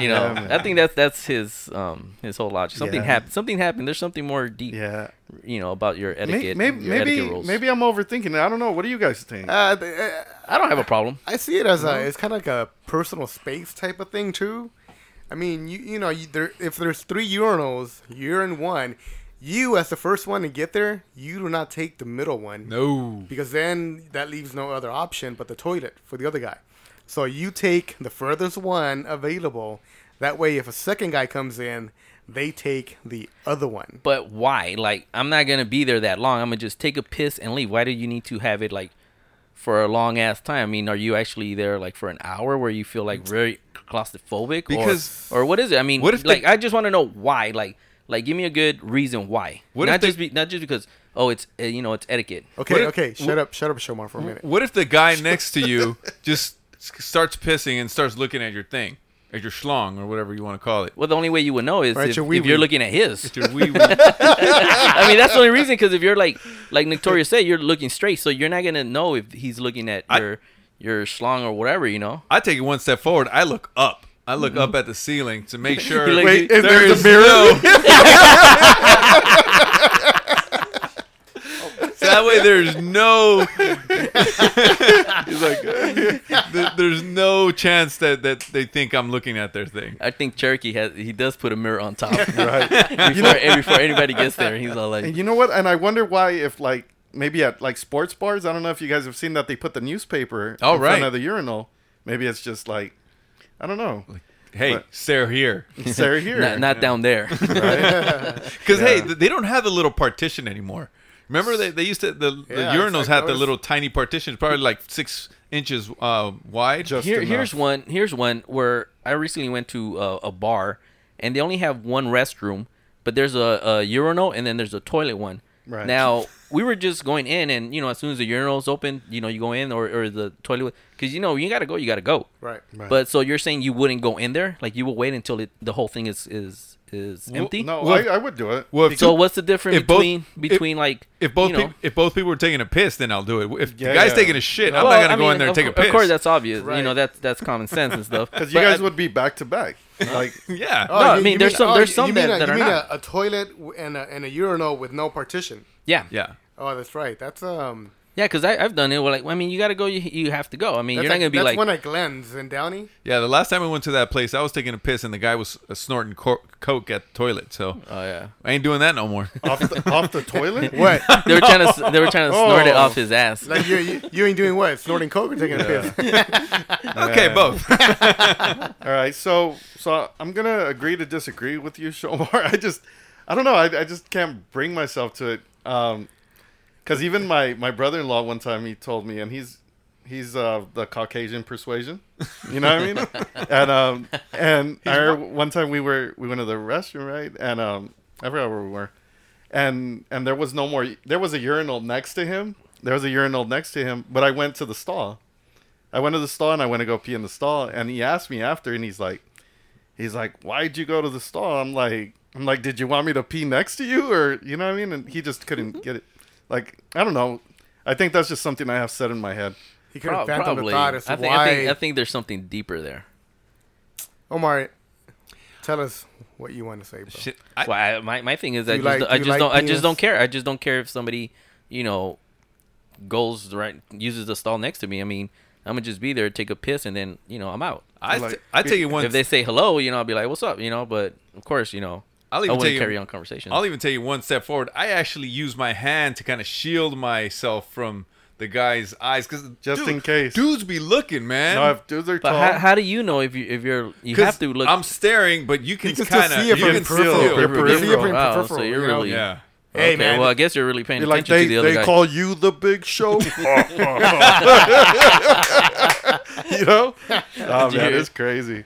[SPEAKER 13] you know,
[SPEAKER 11] Yeah, man.
[SPEAKER 13] I think that's that's his um his whole logic. Something
[SPEAKER 11] Yeah.
[SPEAKER 13] happened. Something happened. There's something more deep. Yeah. You know about your
[SPEAKER 11] Maybe
[SPEAKER 13] etiquette.
[SPEAKER 11] maybe
[SPEAKER 13] your etiquette
[SPEAKER 11] maybe,
[SPEAKER 13] rules. Ah.
[SPEAKER 11] maybe I'm overthinking it. I don't know. What do you guys think?
[SPEAKER 6] Uh, th- uh,
[SPEAKER 13] I don't have a problem.
[SPEAKER 6] I see it as
[SPEAKER 11] No?
[SPEAKER 6] a it's kind of like a personal space type of thing too. I mean, you you know, you, there if there's three urinals, you're in one. You as the first one to get there, you do not take the middle one.
[SPEAKER 10] No.
[SPEAKER 6] because then that leaves no other option but the toilet for the other guy. So you take the furthest one available. That way, if a second guy comes in, they take the other one.
[SPEAKER 13] But why? Like, I'm not gonna be there that long. I'm gonna just take a piss and leave. Why do you need to have it like for a long ass time? I mean, are you actually there like for an hour where you feel like very claustrophobic?
[SPEAKER 10] Because-
[SPEAKER 13] or, or what is it? I mean,
[SPEAKER 10] What if
[SPEAKER 13] like
[SPEAKER 10] they-
[SPEAKER 13] I just want to know why. Like, like give me a good reason why.
[SPEAKER 10] What
[SPEAKER 13] not
[SPEAKER 10] if they-
[SPEAKER 13] just be, not just because oh it's uh, you know it's etiquette.
[SPEAKER 6] Okay, okay, shut up, shut up, Shomar, for a minute.
[SPEAKER 10] What if the guy next to you just s- starts pissing and starts looking at your thing, at your schlong or whatever you want to call it?
[SPEAKER 13] Well, the only way you would know is
[SPEAKER 10] Right,
[SPEAKER 13] if,
[SPEAKER 10] your wee
[SPEAKER 13] if you're
[SPEAKER 10] wee.
[SPEAKER 13] looking at his.
[SPEAKER 10] Your wee wee.
[SPEAKER 13] I mean, that's the only reason because if you're like like Notorious said, you're looking straight, so you're not gonna know if he's looking at your your schlong or whatever, you know.
[SPEAKER 10] I take it one step forward. I look up. I look up at the ceiling to make sure.
[SPEAKER 13] You're like, Wait,
[SPEAKER 10] there
[SPEAKER 13] is there a
[SPEAKER 10] is
[SPEAKER 13] mirror?
[SPEAKER 10] no- So that way, there's no. He's like, th- there's no chance that, that they think I'm looking at their thing.
[SPEAKER 13] I think Cherokee has he does put a mirror on top
[SPEAKER 11] Right.
[SPEAKER 13] before,
[SPEAKER 11] You know-
[SPEAKER 13] eh, before anybody gets there. He's all like,
[SPEAKER 11] And you know what? And I wonder why if like maybe at like sports bars, I don't know if you guys have seen that they put the newspaper
[SPEAKER 10] Oh,
[SPEAKER 11] in
[SPEAKER 10] right.
[SPEAKER 11] front of the urinal. Maybe it's just like I don't know.
[SPEAKER 10] Hey,
[SPEAKER 11] But-
[SPEAKER 10] stare here.
[SPEAKER 11] Stare here.
[SPEAKER 13] Not- not down there.
[SPEAKER 11] Right?
[SPEAKER 10] Because hey,
[SPEAKER 11] Yeah.
[SPEAKER 10] th- they don't have the little partition anymore. Remember they, they used to the, the
[SPEAKER 13] Yeah, it's
[SPEAKER 10] urinals
[SPEAKER 13] like
[SPEAKER 10] had the
[SPEAKER 13] those-
[SPEAKER 10] little tiny partitions, probably like six inches uh, wide.
[SPEAKER 13] Here, here's one. Here's one where I recently went to uh, a bar, and they only have one restroom, but there's a, a urinal and then there's a toilet one.
[SPEAKER 11] Right.
[SPEAKER 13] Now we were just going in, and you know, as soon as the urinal's open, you know, you go in or, or the toilet, because you know, you gotta go, you gotta go.
[SPEAKER 6] Right. Right.
[SPEAKER 13] But so you're saying you wouldn't go in there, like you will wait until it, the whole thing is is is
[SPEAKER 11] Well,
[SPEAKER 13] empty.
[SPEAKER 11] no, Well, I- I would do it.
[SPEAKER 10] Well, if
[SPEAKER 13] so
[SPEAKER 10] two-
[SPEAKER 13] what's the difference
[SPEAKER 10] if both-
[SPEAKER 13] between
[SPEAKER 10] if-
[SPEAKER 13] between like
[SPEAKER 10] if both
[SPEAKER 13] you know,
[SPEAKER 10] peop- if both people are taking a piss, then I'll do it. If
[SPEAKER 11] Yeah,
[SPEAKER 10] the guy's
[SPEAKER 11] yeah.
[SPEAKER 10] taking a shit, I'm
[SPEAKER 13] Well,
[SPEAKER 10] not gonna
[SPEAKER 13] I
[SPEAKER 10] go
[SPEAKER 13] mean,
[SPEAKER 10] in there and
[SPEAKER 13] of
[SPEAKER 10] take a
[SPEAKER 13] cour-
[SPEAKER 10] piss.
[SPEAKER 13] Of course, that's obvious. You
[SPEAKER 11] Right.
[SPEAKER 13] know, that's that's common sense and stuff.
[SPEAKER 11] Because you
[SPEAKER 13] But
[SPEAKER 11] guys
[SPEAKER 13] I-
[SPEAKER 11] would be back to back. Like
[SPEAKER 10] yeah.
[SPEAKER 13] No, I mean, there's some- there's some
[SPEAKER 6] Oh, you
[SPEAKER 13] that-
[SPEAKER 6] mean a,
[SPEAKER 13] that
[SPEAKER 6] you
[SPEAKER 13] are
[SPEAKER 6] mean
[SPEAKER 13] not.
[SPEAKER 6] A, a toilet w- and a, and a urinal with no partition.
[SPEAKER 13] Yeah.
[SPEAKER 10] Yeah.
[SPEAKER 6] Oh, that's right. That's um.
[SPEAKER 13] Yeah, because I've done it. We're like, I mean, you gotta go. You, you have to go. I mean,
[SPEAKER 6] that's
[SPEAKER 13] you're not gonna be
[SPEAKER 6] that's
[SPEAKER 13] like,
[SPEAKER 6] one at Glenn's in Downey.
[SPEAKER 10] Yeah, the last time I went to that place, I was taking a piss, and the guy was uh, snorting cor- coke at the toilet. So,
[SPEAKER 13] oh yeah, Oh.
[SPEAKER 10] I ain't doing that no more.
[SPEAKER 11] off the, off the toilet.
[SPEAKER 6] What?
[SPEAKER 13] They were trying to- they were trying to
[SPEAKER 10] Oh.
[SPEAKER 13] snort it off his ass.
[SPEAKER 6] Like you, you, you ain't doing what? Snorting coke or taking a piss?
[SPEAKER 11] Yeah. All right, so so I'm gonna agree to disagree with you, Shomar. I just I don't know. I, I just can't bring myself to it. Um, because even my my brother-in-law one time he told me, and he's he's uh the Caucasian persuasion. You know what I mean? and um and I remember one time we were we went to the restroom right, and um I forgot where we were, and and there was no more. There was a urinal next to him. There was a urinal next to him, but I went to the stall. I went to the stall and I went to go pee in the stall, and he asked me after, and he's like, he's like, why'd you go to the stall? I'm like, I'm like, did you want me to pee next to you, or you know what I mean? And he just
[SPEAKER 13] Mm-hmm.
[SPEAKER 11] couldn't get it. Like, I don't know. I think that's just something I have set in my head.
[SPEAKER 6] He
[SPEAKER 13] Prob- probably. I think, I think I think there's something deeper there.
[SPEAKER 6] Omar, tell us what you want to say, bro. Shit,
[SPEAKER 13] well, I, my my thing is I
[SPEAKER 6] Do
[SPEAKER 13] just
[SPEAKER 6] you like-
[SPEAKER 13] I
[SPEAKER 6] do you
[SPEAKER 13] just
[SPEAKER 6] like
[SPEAKER 13] don't I just
[SPEAKER 6] penis?
[SPEAKER 13] don't care. I just don't care if somebody you know goes right uses the stall next to me. I mean, I'm gonna just be there, take a piss, and then you know I'm out.
[SPEAKER 10] I t- I tell you one-
[SPEAKER 13] If they say hello, you know I'll be like, "What's up?" You know, but of course, you know
[SPEAKER 10] I'll
[SPEAKER 13] I
[SPEAKER 10] even
[SPEAKER 13] wouldn't
[SPEAKER 10] tell you,
[SPEAKER 13] carry on conversations.
[SPEAKER 10] I'll even tell you one step forward. I actually use my hand to kind of shield myself from the guy's eyes, because
[SPEAKER 11] Just in case.
[SPEAKER 10] dudes be looking, man.
[SPEAKER 11] No, if dudes are
[SPEAKER 13] but
[SPEAKER 11] tall,
[SPEAKER 13] how, how do you know if you if you're you
[SPEAKER 10] 'Cause
[SPEAKER 13] have to look?
[SPEAKER 10] I'm staring, but you can,
[SPEAKER 13] can still
[SPEAKER 10] kind of
[SPEAKER 13] see it from peripheral. Your peripheral. Wow, so you're really-
[SPEAKER 10] yeah. Um,
[SPEAKER 13] Hey, Okay, man. well, I guess you're really paying
[SPEAKER 11] You're like,
[SPEAKER 13] attention
[SPEAKER 11] they,
[SPEAKER 13] to the other
[SPEAKER 11] they
[SPEAKER 13] guy."
[SPEAKER 11] call you the big show. you know? Oh,
[SPEAKER 13] Did you
[SPEAKER 11] man,
[SPEAKER 13] hear?
[SPEAKER 11] it's crazy.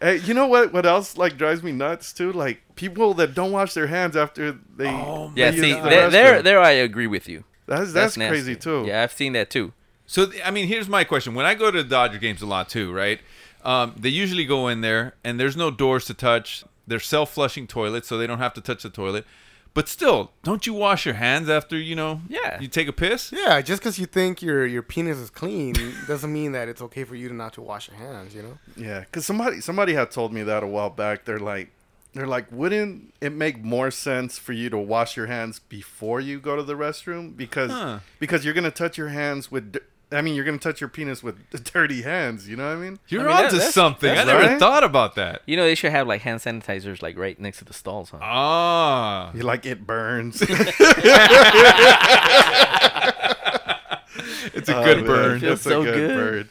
[SPEAKER 11] Hey, you know what? What else like drives me nuts too? Like people that don't wash their hands after they. Oh,
[SPEAKER 13] yeah, see, there, there, there, I agree with you.
[SPEAKER 11] That's- that's crazy,
[SPEAKER 13] nasty.
[SPEAKER 11] too.
[SPEAKER 13] Yeah, I've seen that too.
[SPEAKER 10] So th- I mean, here's my question: When I go to Dodger games a lot too, right? Um, they usually go in there, and there's no doors to touch. They're self-flushing toilets, so they don't have to touch the toilet. But still, don't you wash your hands after you know?
[SPEAKER 13] Yeah.
[SPEAKER 10] You take a piss.
[SPEAKER 6] Yeah, just because you think your your penis is clean doesn't mean that it's okay for you to not to wash your hands. You know.
[SPEAKER 11] Yeah, because somebody somebody had told me that a while back. They're like, they're like, wouldn't it make more sense for you to wash your hands before you go to the restroom because
[SPEAKER 10] Huh.
[SPEAKER 11] because you're gonna touch your hands with. di- I mean, you're gonna touch your penis with dirty hands. You know what I mean?
[SPEAKER 10] You're
[SPEAKER 11] I mean,
[SPEAKER 10] onto something. I never thought about that.
[SPEAKER 13] You know, they should have like hand sanitizers like right next to the stalls, huh?
[SPEAKER 10] Ah.
[SPEAKER 11] You like it burns.
[SPEAKER 10] It's
[SPEAKER 11] Oh,
[SPEAKER 10] a good burn.
[SPEAKER 11] It's
[SPEAKER 10] Feels so
[SPEAKER 11] a good,
[SPEAKER 10] good.
[SPEAKER 11] burn.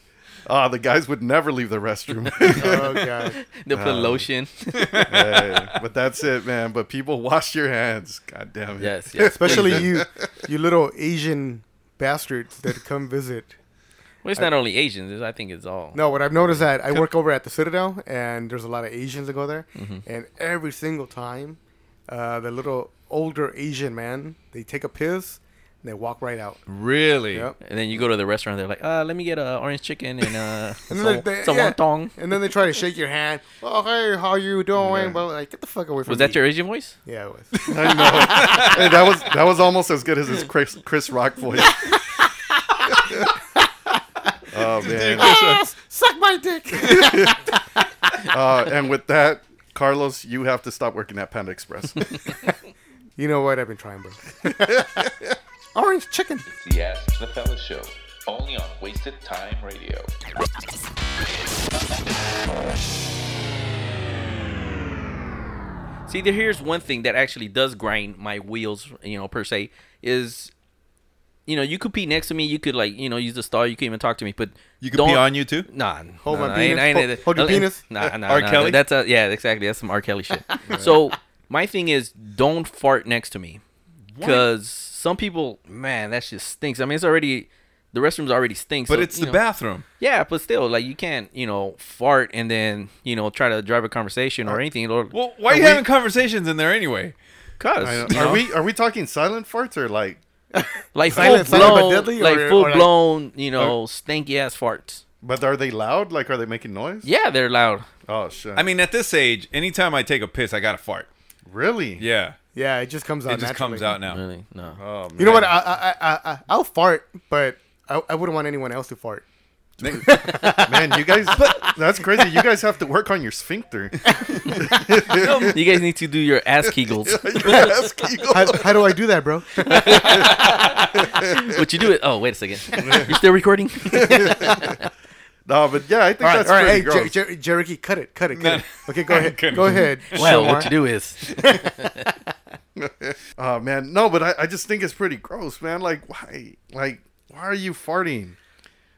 [SPEAKER 11] Ah, the guys would never leave the restroom.
[SPEAKER 13] Oh, God. They'll put lotion.
[SPEAKER 11] hey, but that's it, man. But people, wash your hands. God damn it.
[SPEAKER 6] Especially you, you little Asian bastards that come visit.
[SPEAKER 13] Well, it's
[SPEAKER 6] I-
[SPEAKER 13] not only Asians. it's- I think it's all.
[SPEAKER 6] No, what I've noticed that I work over at the Citadel, and there's a lot of Asians that go there,
[SPEAKER 13] Mhm.
[SPEAKER 6] and every single time, uh, the little older Asian man, they take a piss, and they walk right out.
[SPEAKER 10] Really?
[SPEAKER 6] Yep.
[SPEAKER 13] And then you go to the restaurant. They're like, uh, let me get a orange chicken and uh,
[SPEAKER 6] And
[SPEAKER 13] some,
[SPEAKER 6] then they,
[SPEAKER 13] some
[SPEAKER 6] yeah,
[SPEAKER 13] wonton.
[SPEAKER 6] and then they try to shake your hand. Oh, hey, how you doing?
[SPEAKER 13] Yeah.
[SPEAKER 6] But like, get the fuck away from
[SPEAKER 13] Was
[SPEAKER 6] me.
[SPEAKER 13] that your Asian voice?
[SPEAKER 6] Yeah, it was.
[SPEAKER 11] I know. Hey, that was that was almost as good as his Chris Chris Rock voice. oh man.
[SPEAKER 6] Ah, suck my dick.
[SPEAKER 11] Uh, and with that, Carlos, you have to stop working at Panda Express.
[SPEAKER 6] you know what? I've been trying, bro. Orange chicken.
[SPEAKER 14] The Ask the Fellas Show, only on Wasted Time Radio.
[SPEAKER 13] See, there, here's one thing that actually does grind my wheels, you know, per se, is, you know, you could pee next to me, you could like, you know, use the star, you could even talk to me, but you
[SPEAKER 10] could pee on you, too?
[SPEAKER 13] Nah,
[SPEAKER 10] Hold my
[SPEAKER 13] nah, nah, I ain't-
[SPEAKER 10] penis?
[SPEAKER 13] I ain't-
[SPEAKER 10] Hold- hold your
[SPEAKER 13] no, it-
[SPEAKER 10] penis?
[SPEAKER 13] Nah, nah,
[SPEAKER 10] R.
[SPEAKER 13] nah,
[SPEAKER 10] Kelly?
[SPEAKER 13] That's a yeah, exactly. That's some R. Kelly shit. so my thing is, don't fart next to me,
[SPEAKER 10] Why?
[SPEAKER 13] because some people, man, that just stinks. I mean, it's already the restroom's already stinks.
[SPEAKER 10] But
[SPEAKER 13] so,
[SPEAKER 10] it's
[SPEAKER 13] you
[SPEAKER 10] the
[SPEAKER 13] know.
[SPEAKER 10] bathroom.
[SPEAKER 13] Yeah, but still, like you can't, you know, fart and then you know try to drive a conversation or anything. Or,
[SPEAKER 10] Well, why are you having conversations in there anyway?
[SPEAKER 11] I
[SPEAKER 13] Cause
[SPEAKER 11] know. Are we are we talking silent farts or like
[SPEAKER 13] like
[SPEAKER 11] Silent,
[SPEAKER 13] full
[SPEAKER 11] silent but
[SPEAKER 13] blown,
[SPEAKER 11] deadly,
[SPEAKER 13] like
[SPEAKER 11] or- or
[SPEAKER 13] full
[SPEAKER 11] like-
[SPEAKER 13] blown,
[SPEAKER 6] Oh.
[SPEAKER 13] you know,
[SPEAKER 11] Or-
[SPEAKER 13] stanky ass farts?
[SPEAKER 11] But are they loud? Like are they making noise?
[SPEAKER 13] Yeah, they're loud.
[SPEAKER 11] Oh shit.
[SPEAKER 10] I mean, at this age, anytime I take a piss, I gotta fart.
[SPEAKER 11] Really?
[SPEAKER 10] Yeah.
[SPEAKER 6] Yeah, it just comes out.
[SPEAKER 10] It just
[SPEAKER 6] naturally.
[SPEAKER 10] comes out now.
[SPEAKER 13] Really? No.
[SPEAKER 11] Oh,
[SPEAKER 6] You know what? I, I, I, I, I'll fart, but I, I wouldn't want anyone else to fart.
[SPEAKER 11] Man, you guys, that's crazy. You guys have to work on your sphincter.
[SPEAKER 6] Oh.
[SPEAKER 13] you guys need to do your ass kegels.
[SPEAKER 6] how, how do I do that, bro?
[SPEAKER 13] what you do it? Oh, wait a second. You still recording?
[SPEAKER 11] no, but yeah, I
[SPEAKER 6] All
[SPEAKER 11] think
[SPEAKER 6] right,
[SPEAKER 11] that's
[SPEAKER 6] all right.
[SPEAKER 11] pretty
[SPEAKER 6] Hey, Jer-
[SPEAKER 11] gross.
[SPEAKER 6] Jer- Jericho, cut it, cut it,
[SPEAKER 11] No.
[SPEAKER 6] cut it. Okay, go ahead, go ahead.
[SPEAKER 13] Well,
[SPEAKER 6] Sure.
[SPEAKER 13] what you do is.
[SPEAKER 11] oh man, no, but I, I just think it's pretty gross, man. Like why, like why are you farting?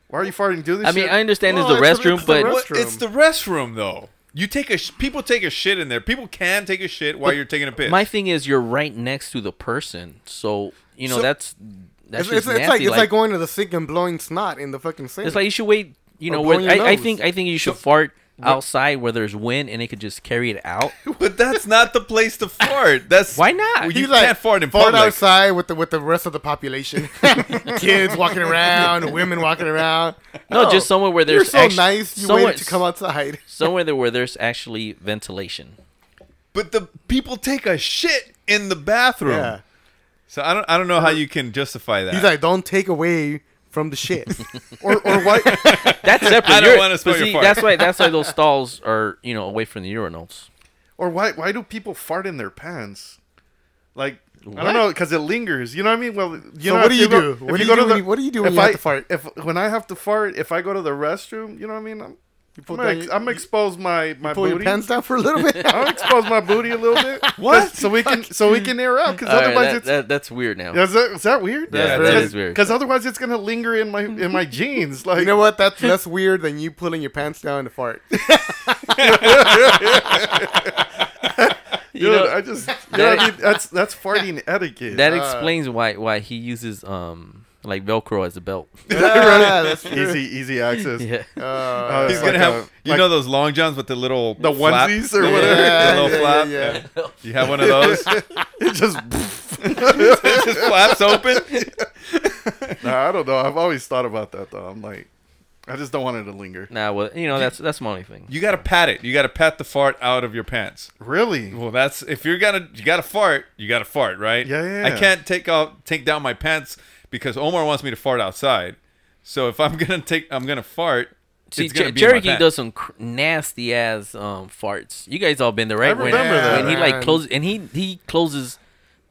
[SPEAKER 11] Why are you farting? Do this.
[SPEAKER 13] I mean,
[SPEAKER 11] shit?
[SPEAKER 13] I understand it's the restroom, but
[SPEAKER 10] Well, it's the restroom though. You take a sh- people take a shit in there. People can take a shit while
[SPEAKER 13] But
[SPEAKER 10] you're taking a piss.
[SPEAKER 13] my thing is you're right next to the person, so you know
[SPEAKER 6] So-
[SPEAKER 13] that's that's
[SPEAKER 6] It's, it's,
[SPEAKER 13] just nasty.
[SPEAKER 6] it's like it's like, going to the sink and blowing snot in the fucking sink.
[SPEAKER 13] It's like you should wait. You
[SPEAKER 6] Or
[SPEAKER 13] know,
[SPEAKER 6] blowing
[SPEAKER 13] where,
[SPEAKER 6] your
[SPEAKER 13] I, I
[SPEAKER 6] nose.
[SPEAKER 13] think I think you should fart outside where there's wind and it could just carry it out.
[SPEAKER 10] but that's not the place to fart. That's
[SPEAKER 13] why not?
[SPEAKER 10] Well, you
[SPEAKER 6] He's like,
[SPEAKER 10] can't fart in
[SPEAKER 6] fart
[SPEAKER 10] public.
[SPEAKER 6] outside with the with the rest of the population, kids walking around, women walking around.
[SPEAKER 13] No, just somewhere where
[SPEAKER 6] you're
[SPEAKER 13] there's
[SPEAKER 6] so
[SPEAKER 13] act-
[SPEAKER 6] nice. You
[SPEAKER 13] somewhere-
[SPEAKER 6] waited to come outside.
[SPEAKER 13] somewhere there where there's actually ventilation.
[SPEAKER 10] But the people take a shit in the bathroom.
[SPEAKER 6] Yeah.
[SPEAKER 10] So I don't I don't know how you can justify that.
[SPEAKER 6] He's like, don't take away from the shit.
[SPEAKER 11] or or why?
[SPEAKER 13] That's separate.
[SPEAKER 10] I don't
[SPEAKER 13] You're-
[SPEAKER 10] wanna smell
[SPEAKER 13] but
[SPEAKER 10] your
[SPEAKER 13] see,
[SPEAKER 10] fart.
[SPEAKER 13] That's why that's why those stalls are you know away from the urinals.
[SPEAKER 11] Or why? Why do people fart in their pants? Like I
[SPEAKER 6] What?
[SPEAKER 11] don't know, because it lingers. You know what I mean? Well, you
[SPEAKER 6] So
[SPEAKER 11] know,
[SPEAKER 6] what
[SPEAKER 11] if
[SPEAKER 6] do you
[SPEAKER 11] go-
[SPEAKER 6] do?
[SPEAKER 11] if
[SPEAKER 6] What do you
[SPEAKER 11] go
[SPEAKER 6] do
[SPEAKER 11] to
[SPEAKER 6] when you- what do you do when
[SPEAKER 11] if
[SPEAKER 6] you
[SPEAKER 11] I,
[SPEAKER 6] have to fart?
[SPEAKER 11] If when I have to fart, if I go to the restroom, you know what I mean? I'm, I'm,
[SPEAKER 6] down
[SPEAKER 11] ex-
[SPEAKER 6] your-
[SPEAKER 11] I'm expose my my
[SPEAKER 6] Pull your
[SPEAKER 11] booty.
[SPEAKER 6] pants down for a little bit.
[SPEAKER 11] I'll expose my booty a little bit.
[SPEAKER 10] What?
[SPEAKER 11] So we can so we can air out because
[SPEAKER 13] All right,
[SPEAKER 11] otherwise
[SPEAKER 13] Uh, that-
[SPEAKER 11] it's
[SPEAKER 13] that- that's weird now.
[SPEAKER 11] Yeah, Is that, is that weird?
[SPEAKER 13] Yeah, That's that weird. is weird.
[SPEAKER 11] Because otherwise, it's gonna linger in my in my jeans. Like
[SPEAKER 6] You know what? That's less weird than you pulling your pants down to fart.
[SPEAKER 11] dude,
[SPEAKER 13] know-
[SPEAKER 11] I just you know
[SPEAKER 13] that-
[SPEAKER 11] what I mean? That's that's farting etiquette.
[SPEAKER 13] That
[SPEAKER 11] Uh,
[SPEAKER 13] explains why why he uses um like Velcro as a belt.
[SPEAKER 6] Ah, that's true.
[SPEAKER 11] easy easy access.
[SPEAKER 13] Yeah.
[SPEAKER 11] Uh,
[SPEAKER 10] He's
[SPEAKER 11] it's
[SPEAKER 10] gonna
[SPEAKER 11] like
[SPEAKER 10] have
[SPEAKER 11] a-
[SPEAKER 10] you
[SPEAKER 11] like-
[SPEAKER 10] know those long johns with the little
[SPEAKER 11] The
[SPEAKER 10] flap?
[SPEAKER 11] onesies or whatever?
[SPEAKER 10] the little
[SPEAKER 6] Yeah,
[SPEAKER 10] flap.
[SPEAKER 6] yeah,
[SPEAKER 10] You have one of those?
[SPEAKER 11] It just
[SPEAKER 10] It just flaps open.
[SPEAKER 11] Nah, I don't know. I've always thought about that though. I'm like, I just don't want it to linger.
[SPEAKER 13] Nah, well, you know that's that's my only thing.
[SPEAKER 10] You gotta pat it. You gotta pat the fart out of your pants.
[SPEAKER 11] Really?
[SPEAKER 10] Well, that's if you're gonna you gotta fart. You gotta fart, right?
[SPEAKER 11] Yeah, yeah,
[SPEAKER 10] I
[SPEAKER 11] yeah.
[SPEAKER 10] can't take off take down my pants because Omar wants me to fart outside. So if I'm gonna take, I'm gonna fart.
[SPEAKER 13] See,
[SPEAKER 10] it's gonna be
[SPEAKER 13] Jer-
[SPEAKER 10] in my
[SPEAKER 13] Cherokee
[SPEAKER 10] pants.
[SPEAKER 13] does some cr- nasty ass um, farts. You guys all been there, right? when,
[SPEAKER 6] remember that,
[SPEAKER 13] when he like
[SPEAKER 6] man.
[SPEAKER 13] closes and he he closes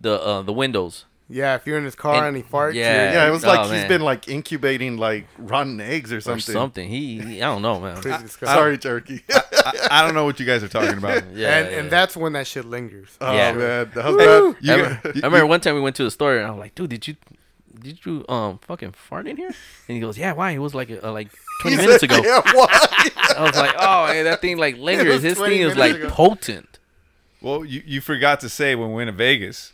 [SPEAKER 13] the uh, the windows.
[SPEAKER 6] Yeah, if you're in his car and, he farts.
[SPEAKER 13] yeah.
[SPEAKER 11] Yeah, it was like
[SPEAKER 13] Oh,
[SPEAKER 11] he's
[SPEAKER 13] man.
[SPEAKER 11] been like incubating like rotten eggs or something.
[SPEAKER 13] something. He, he- I don't know, man.
[SPEAKER 11] Pretty disgusting. Sorry, Cherokee. I,
[SPEAKER 10] I don't know what you guys are talking about.
[SPEAKER 13] Yeah,
[SPEAKER 6] and, and that's when that shit lingers.
[SPEAKER 11] Oh,
[SPEAKER 13] yeah.
[SPEAKER 11] man, that
[SPEAKER 13] I,
[SPEAKER 11] was bad.
[SPEAKER 13] I
[SPEAKER 11] You-
[SPEAKER 13] remember-
[SPEAKER 11] you-
[SPEAKER 13] I remember
[SPEAKER 11] you-
[SPEAKER 13] one time we went to the store and I was like, "Dude, did you, did you um fucking fart in here?" And he goes, "Yeah, why?" It was like uh, like twenty
[SPEAKER 11] He
[SPEAKER 13] minutes
[SPEAKER 11] said,
[SPEAKER 13] ago.
[SPEAKER 11] "Yeah, why?"
[SPEAKER 13] I was like, "Oh, hey, that thing like
[SPEAKER 11] It
[SPEAKER 13] lingers.
[SPEAKER 11] was
[SPEAKER 13] His
[SPEAKER 11] 20
[SPEAKER 13] thing is
[SPEAKER 11] minutes
[SPEAKER 13] like
[SPEAKER 11] ago.
[SPEAKER 13] potent."
[SPEAKER 10] Well, you, you forgot to say when we went to Vegas,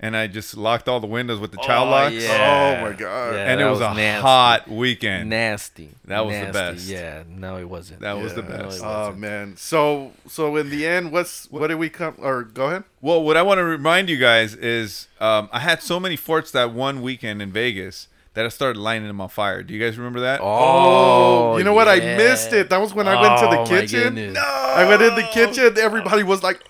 [SPEAKER 10] and I just locked all the windows with the child
[SPEAKER 13] Oh,
[SPEAKER 10] locks.
[SPEAKER 13] yeah.
[SPEAKER 11] Oh, my God.
[SPEAKER 13] Yeah,
[SPEAKER 10] and it
[SPEAKER 13] that
[SPEAKER 10] was,
[SPEAKER 13] was
[SPEAKER 10] a
[SPEAKER 13] nasty.
[SPEAKER 10] hot weekend.
[SPEAKER 13] Nasty.
[SPEAKER 10] That was the
[SPEAKER 13] Nasty.
[SPEAKER 10] best.
[SPEAKER 13] Yeah, no, it wasn't.
[SPEAKER 10] That was the
[SPEAKER 11] Yeah.
[SPEAKER 10] best.
[SPEAKER 11] Oh man. So so in the end, what's what did we come or go ahead?
[SPEAKER 10] Well, what I want to remind you guys is um, I had so many forts that one weekend in Vegas that I started lighting them on fire. Do you guys remember that?
[SPEAKER 13] Oh.
[SPEAKER 11] you know what? I missed it. That was when I went
[SPEAKER 10] Oh, my
[SPEAKER 11] to the kitchen.
[SPEAKER 13] goodness.
[SPEAKER 11] I went in the kitchen. Everybody was like,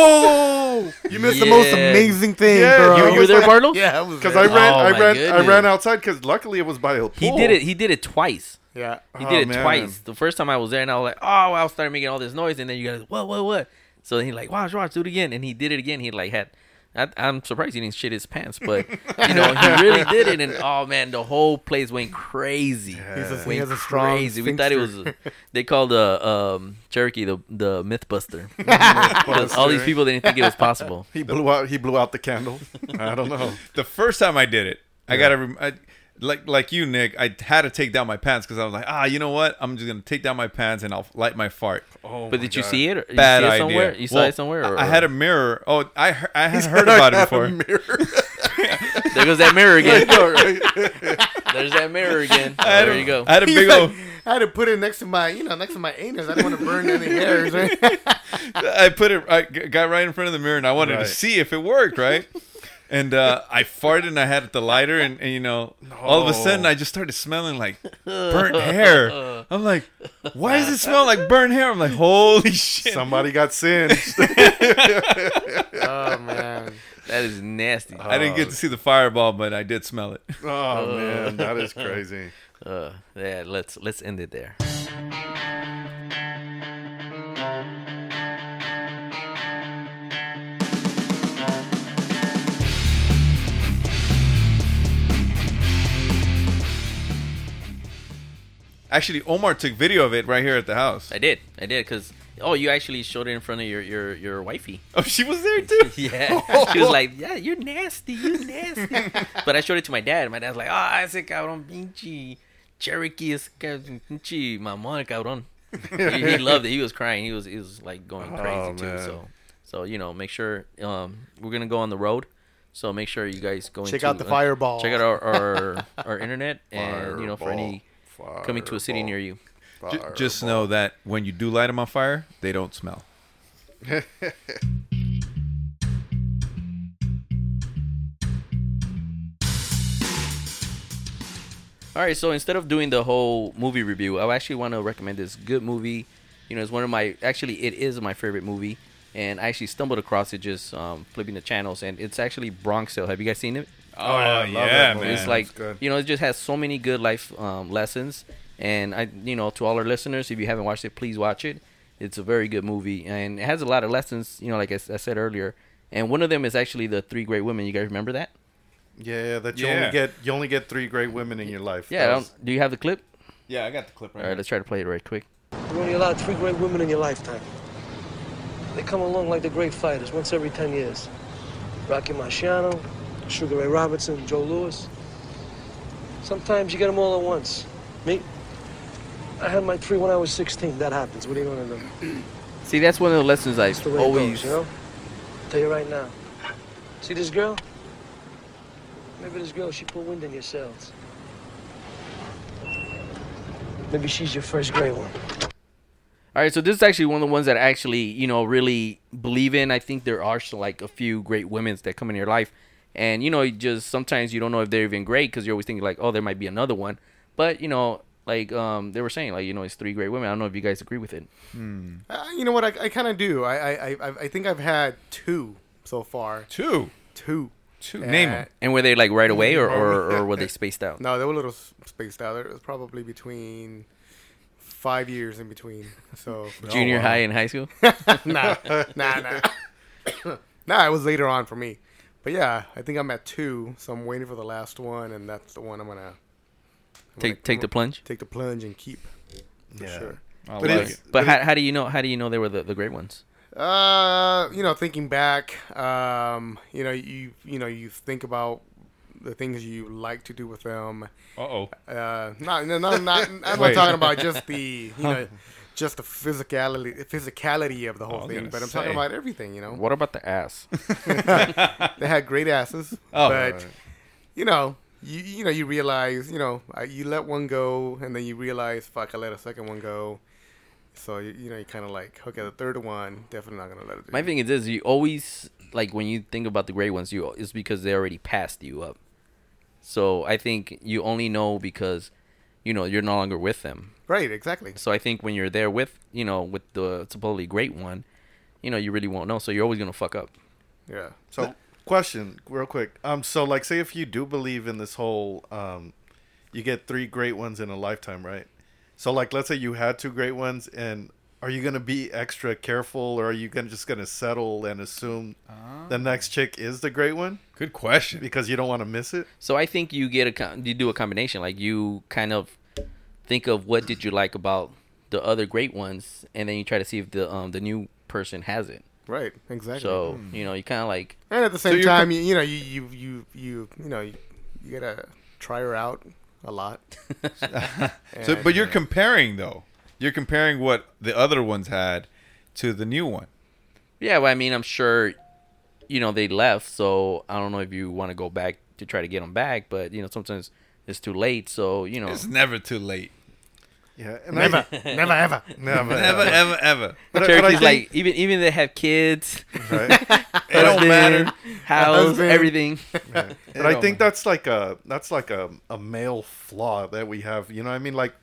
[SPEAKER 11] "Oh, you missed
[SPEAKER 6] the most amazing thing, bro. You- you were there, Bartles? Yeah, I was
[SPEAKER 11] Because I
[SPEAKER 6] there.
[SPEAKER 11] ran,
[SPEAKER 6] Oh,
[SPEAKER 11] I
[SPEAKER 6] my
[SPEAKER 11] ran, I ran
[SPEAKER 13] goodness.
[SPEAKER 11] outside. Because luckily it was by a pool.
[SPEAKER 13] He did it. He did it twice.
[SPEAKER 6] Yeah.
[SPEAKER 13] He
[SPEAKER 11] Oh,
[SPEAKER 13] did it
[SPEAKER 11] man.
[SPEAKER 13] twice. The first time I was there, and I was like, "Oh, I was starting making all this noise," and then you guys, "What, what, what?" So then he like, "Watch, watch, do it again," and he did it again. He like had, I, I'm surprised he didn't shit his pants, but you know he really did it, and oh man, the whole place went crazy.
[SPEAKER 6] He's a- he
[SPEAKER 13] went
[SPEAKER 6] has a strong
[SPEAKER 13] crazy. We thought it was.
[SPEAKER 6] sphincter.
[SPEAKER 13] They called uh, um, Cherokee the the MythBuster.
[SPEAKER 11] Mythbuster.
[SPEAKER 13] all these people didn't think it was possible.
[SPEAKER 11] He blew out. He blew out the candle. I don't know.
[SPEAKER 10] the first time I did it, I
[SPEAKER 11] Yeah.
[SPEAKER 10] gotta rem- I, like like you, Nick. I had to take down my pants because I was like, ah, you know what? I'm just gonna take down my pants and I'll light my fart.
[SPEAKER 13] But my did you God. see it? Or- Oh, you
[SPEAKER 10] Bad
[SPEAKER 13] see it
[SPEAKER 10] idea.
[SPEAKER 13] somewhere? You saw it somewhere,
[SPEAKER 10] I-
[SPEAKER 13] or-
[SPEAKER 10] I had a mirror. Oh, I he- I had
[SPEAKER 13] said,
[SPEAKER 10] heard
[SPEAKER 13] "I
[SPEAKER 10] about it
[SPEAKER 13] have a
[SPEAKER 10] before.
[SPEAKER 13] there goes that mirror again.
[SPEAKER 6] I know, right?
[SPEAKER 13] There's that mirror again.
[SPEAKER 6] I had
[SPEAKER 13] There
[SPEAKER 6] a-
[SPEAKER 13] you go.
[SPEAKER 10] I had a
[SPEAKER 6] He's
[SPEAKER 10] big
[SPEAKER 6] like,
[SPEAKER 10] old-
[SPEAKER 6] I had to put it next to my, you know, next to my anus. I didn't want to burn any hairs. Right?
[SPEAKER 10] I put it. I g- got right in front of the mirror and I wanted
[SPEAKER 6] Right.
[SPEAKER 10] to see if it worked, right? And uh, I farted and I had the lighter and, and you know, all of a sudden I just started smelling like burnt hair. I'm like, why does it smell like burnt hair? I'm like, holy shit!
[SPEAKER 11] Somebody got singed.
[SPEAKER 6] oh man,
[SPEAKER 13] that is nasty.
[SPEAKER 10] I didn't get to see the fireball, but I did smell it.
[SPEAKER 11] Oh man, that is crazy.
[SPEAKER 13] Uh, yeah, let's let's end it there.
[SPEAKER 10] Actually, Omar took video of it right here at the house.
[SPEAKER 13] I did, I did, cause oh, you actually showed it in front of your your your wifey.
[SPEAKER 10] Oh, she was there too.
[SPEAKER 13] yeah, she was like, yeah, you're nasty, you nasty. but I showed it to my dad. My dad's like, ah, oh, ese cabrón pinche Cherokee es ca- pinche mamón cabrón. he, he loved it. He was crying. He was he was like going
[SPEAKER 11] Oh,
[SPEAKER 13] crazy too.
[SPEAKER 11] man.
[SPEAKER 13] So so you know, make sure um we're gonna go on the road. So make sure you guys go
[SPEAKER 6] Check
[SPEAKER 13] into-
[SPEAKER 6] out the Fireball.
[SPEAKER 13] Check out our our, our internet and you know for any
[SPEAKER 11] Fireball.
[SPEAKER 13] coming to a city near you.
[SPEAKER 10] J- just know that when you do light them on fire, they don't smell.
[SPEAKER 13] All right, so instead of doing the whole movie review, I actually want to recommend this good movie. You know, it's one of my actually it is my favorite movie, and I actually stumbled across it just um, flipping the channels, and it's actually Bronx Tale. Have you guys seen it?
[SPEAKER 10] Oh, yeah, I love yeah, that movie. man.
[SPEAKER 13] It's like
[SPEAKER 10] It's good.
[SPEAKER 13] you know, it just has so many good life um, lessons, and I you know to all our listeners, if you haven't watched it, please watch it. It's a very good movie, and it has a lot of lessons. You know, like I, s- I said earlier, and one of them is actually the three great women. You guys remember that?
[SPEAKER 11] Yeah, that you
[SPEAKER 13] Yeah.
[SPEAKER 11] only get you only get three great women in your life.
[SPEAKER 13] Yeah. I
[SPEAKER 11] That
[SPEAKER 13] don't,
[SPEAKER 11] was-
[SPEAKER 13] do you have the clip?
[SPEAKER 10] Yeah, I got the clip
[SPEAKER 13] All right, let's try to play it right quick.
[SPEAKER 15] You're only allowed three great women in your lifetime. They come along like the great fighters once every 10 years Rocky Marciano, Sugar Ray Robinson, Joe Louis. Sometimes you get them all at once. Me? I had my three when I was 16. That happens. What are you going to do?
[SPEAKER 13] See, that's one of the lessons I
[SPEAKER 15] It's the way
[SPEAKER 13] always.
[SPEAKER 15] it goes, you know? tell you right now. See this girl? Maybe this girl, she put wind in your sails. Maybe she's your first great one.
[SPEAKER 13] All right, so this is actually one of the ones that I actually, you know, really believe in. I think there are so, like a few great women's that come in your life, And you know, you just sometimes you don't know if they're even great because you're always thinking like, oh, there might be another one. But you know, like um, they were saying, like you know, it's three great women. I don't know if you guys agree with it.
[SPEAKER 10] Hmm.
[SPEAKER 6] Uh, you know what? I, I kind of do. I, I I I think I've had two so far.
[SPEAKER 10] Two.
[SPEAKER 6] Two.
[SPEAKER 10] Two.
[SPEAKER 13] Name 'em. And were they, like, right away or- or- or were they spaced out?
[SPEAKER 6] No, they were a little s- spaced out. It was probably between five years in between. So
[SPEAKER 13] Junior high and high school?
[SPEAKER 6] nah, nah, nah. nah, it was later on for me. But yeah, I think I'm at two, so I'm waiting for the last one, and that's the one I'm gonna I'm
[SPEAKER 13] Take- take the plunge?
[SPEAKER 6] Take the plunge and keep. For
[SPEAKER 13] Yeah.
[SPEAKER 6] sure.
[SPEAKER 13] I
[SPEAKER 6] But
[SPEAKER 13] like
[SPEAKER 6] it's-
[SPEAKER 13] it. but
[SPEAKER 6] but
[SPEAKER 13] how, how do you know? How do you know they were the, the great ones?
[SPEAKER 6] Uh, you know, thinking back, um, you know, you you know, you think about the things you like to do with them.
[SPEAKER 10] Uh-oh.
[SPEAKER 6] Uh, not no, no, not I'm not
[SPEAKER 10] Wait.
[SPEAKER 6] talking about just the you know,
[SPEAKER 10] Huh.
[SPEAKER 6] just the physicality physicality of the whole
[SPEAKER 10] was
[SPEAKER 6] thing,
[SPEAKER 10] gonna
[SPEAKER 6] but I'm talking
[SPEAKER 10] say.
[SPEAKER 6] about everything, you know.
[SPEAKER 13] What about the ass?
[SPEAKER 6] they had great asses,
[SPEAKER 13] Oh.
[SPEAKER 6] but
[SPEAKER 13] Right.
[SPEAKER 6] you know. You, you know you realize you know I- you let one go and then you realize fuck I let a second one go, so you, you know you kind of like okay the third one definitely not gonna let it
[SPEAKER 13] My thing is this: you always like when you think about the great ones, you it's because they already passed you up. So I think you only know because, you know, you're no longer with them.
[SPEAKER 6] Right, exactly.
[SPEAKER 13] So I think when you're there with, you know, with the supposedly great one, you know, you really won't know. So you're always gonna fuck up.
[SPEAKER 6] Yeah.
[SPEAKER 11] So, question real quick. Um, so like, say if you do believe in this whole, um, you get three great ones in a lifetime, right? So like, let's say you had two great ones, and are you gonna be extra careful, or are you gonna just gonna settle and assume
[SPEAKER 10] Ah.
[SPEAKER 11] the next chick is the great one?
[SPEAKER 10] Good question.
[SPEAKER 11] Because you don't want to miss it.
[SPEAKER 13] So I think you get a com- you do a combination like you kind of think of what did you like about the other great ones, and then you try to see if the um the new person has it.
[SPEAKER 6] Right, exactly.
[SPEAKER 13] So
[SPEAKER 6] Hmm.
[SPEAKER 13] you know you kind of like
[SPEAKER 6] And at the
[SPEAKER 13] So
[SPEAKER 6] same
[SPEAKER 13] you're
[SPEAKER 6] time,
[SPEAKER 13] com-
[SPEAKER 6] you, you know, you you you you you know, you, you gotta try her out a lot.
[SPEAKER 10] So,
[SPEAKER 6] And,
[SPEAKER 10] but you're
[SPEAKER 6] uh,
[SPEAKER 10] comparing though. You're comparing what the other ones had to the new one.
[SPEAKER 13] Yeah, well, I mean, I'm sure, you know, they left, so I don't know if you want to go back to try to get them back, but you know, sometimes it's too late, so you know,
[SPEAKER 10] It's never too late.
[SPEAKER 11] Yeah,
[SPEAKER 10] Never,
[SPEAKER 6] uh, never, ever.
[SPEAKER 10] Never, Never, ever. ever, ever. But I- but I
[SPEAKER 13] Cherokee's
[SPEAKER 10] think-
[SPEAKER 13] like even even if they have kids,
[SPEAKER 11] Right.
[SPEAKER 13] husband, house, everything.
[SPEAKER 11] Yeah. But I think that's like a that's like a, a male flaw that we have. You know, what I mean, like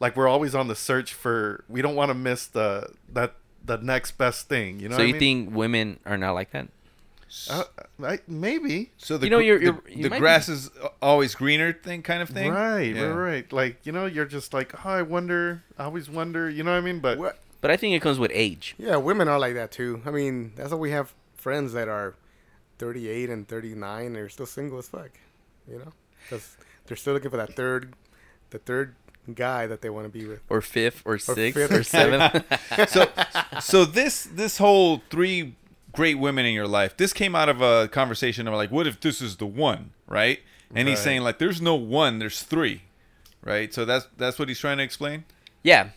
[SPEAKER 11] like we're always on the search for. We don't want to miss the that the next best thing. You know,
[SPEAKER 13] so
[SPEAKER 11] what
[SPEAKER 13] you
[SPEAKER 11] I mean?
[SPEAKER 13] think women are not like that?
[SPEAKER 11] Uh, I, maybe.
[SPEAKER 10] So
[SPEAKER 13] You know,
[SPEAKER 10] gr-
[SPEAKER 13] you're-
[SPEAKER 10] the-
[SPEAKER 13] you're- you
[SPEAKER 10] the
[SPEAKER 13] might be-
[SPEAKER 10] grass is always greener thing kind of thing.
[SPEAKER 11] Right,
[SPEAKER 10] Yeah.
[SPEAKER 11] right, right. Like you know, you're just like, oh, I wonder. I always wonder. You know what I mean? But
[SPEAKER 13] but I think it comes with age.
[SPEAKER 6] yeah, women are like that too. I mean, that's why we have friends that are 38 and 39. They're still single as fuck, you know, because they're still looking for that third, the third guy that they want to be with.
[SPEAKER 13] Or fifth, or sixth,
[SPEAKER 6] fifth
[SPEAKER 13] or seventh.
[SPEAKER 6] sixth.
[SPEAKER 10] so so this this whole three great women in your life this came out of a conversation of like what if this is the one right and he's
[SPEAKER 13] Right.
[SPEAKER 10] saying like there's no one there's three right so that's that's what he's trying to explain
[SPEAKER 13] Yeah,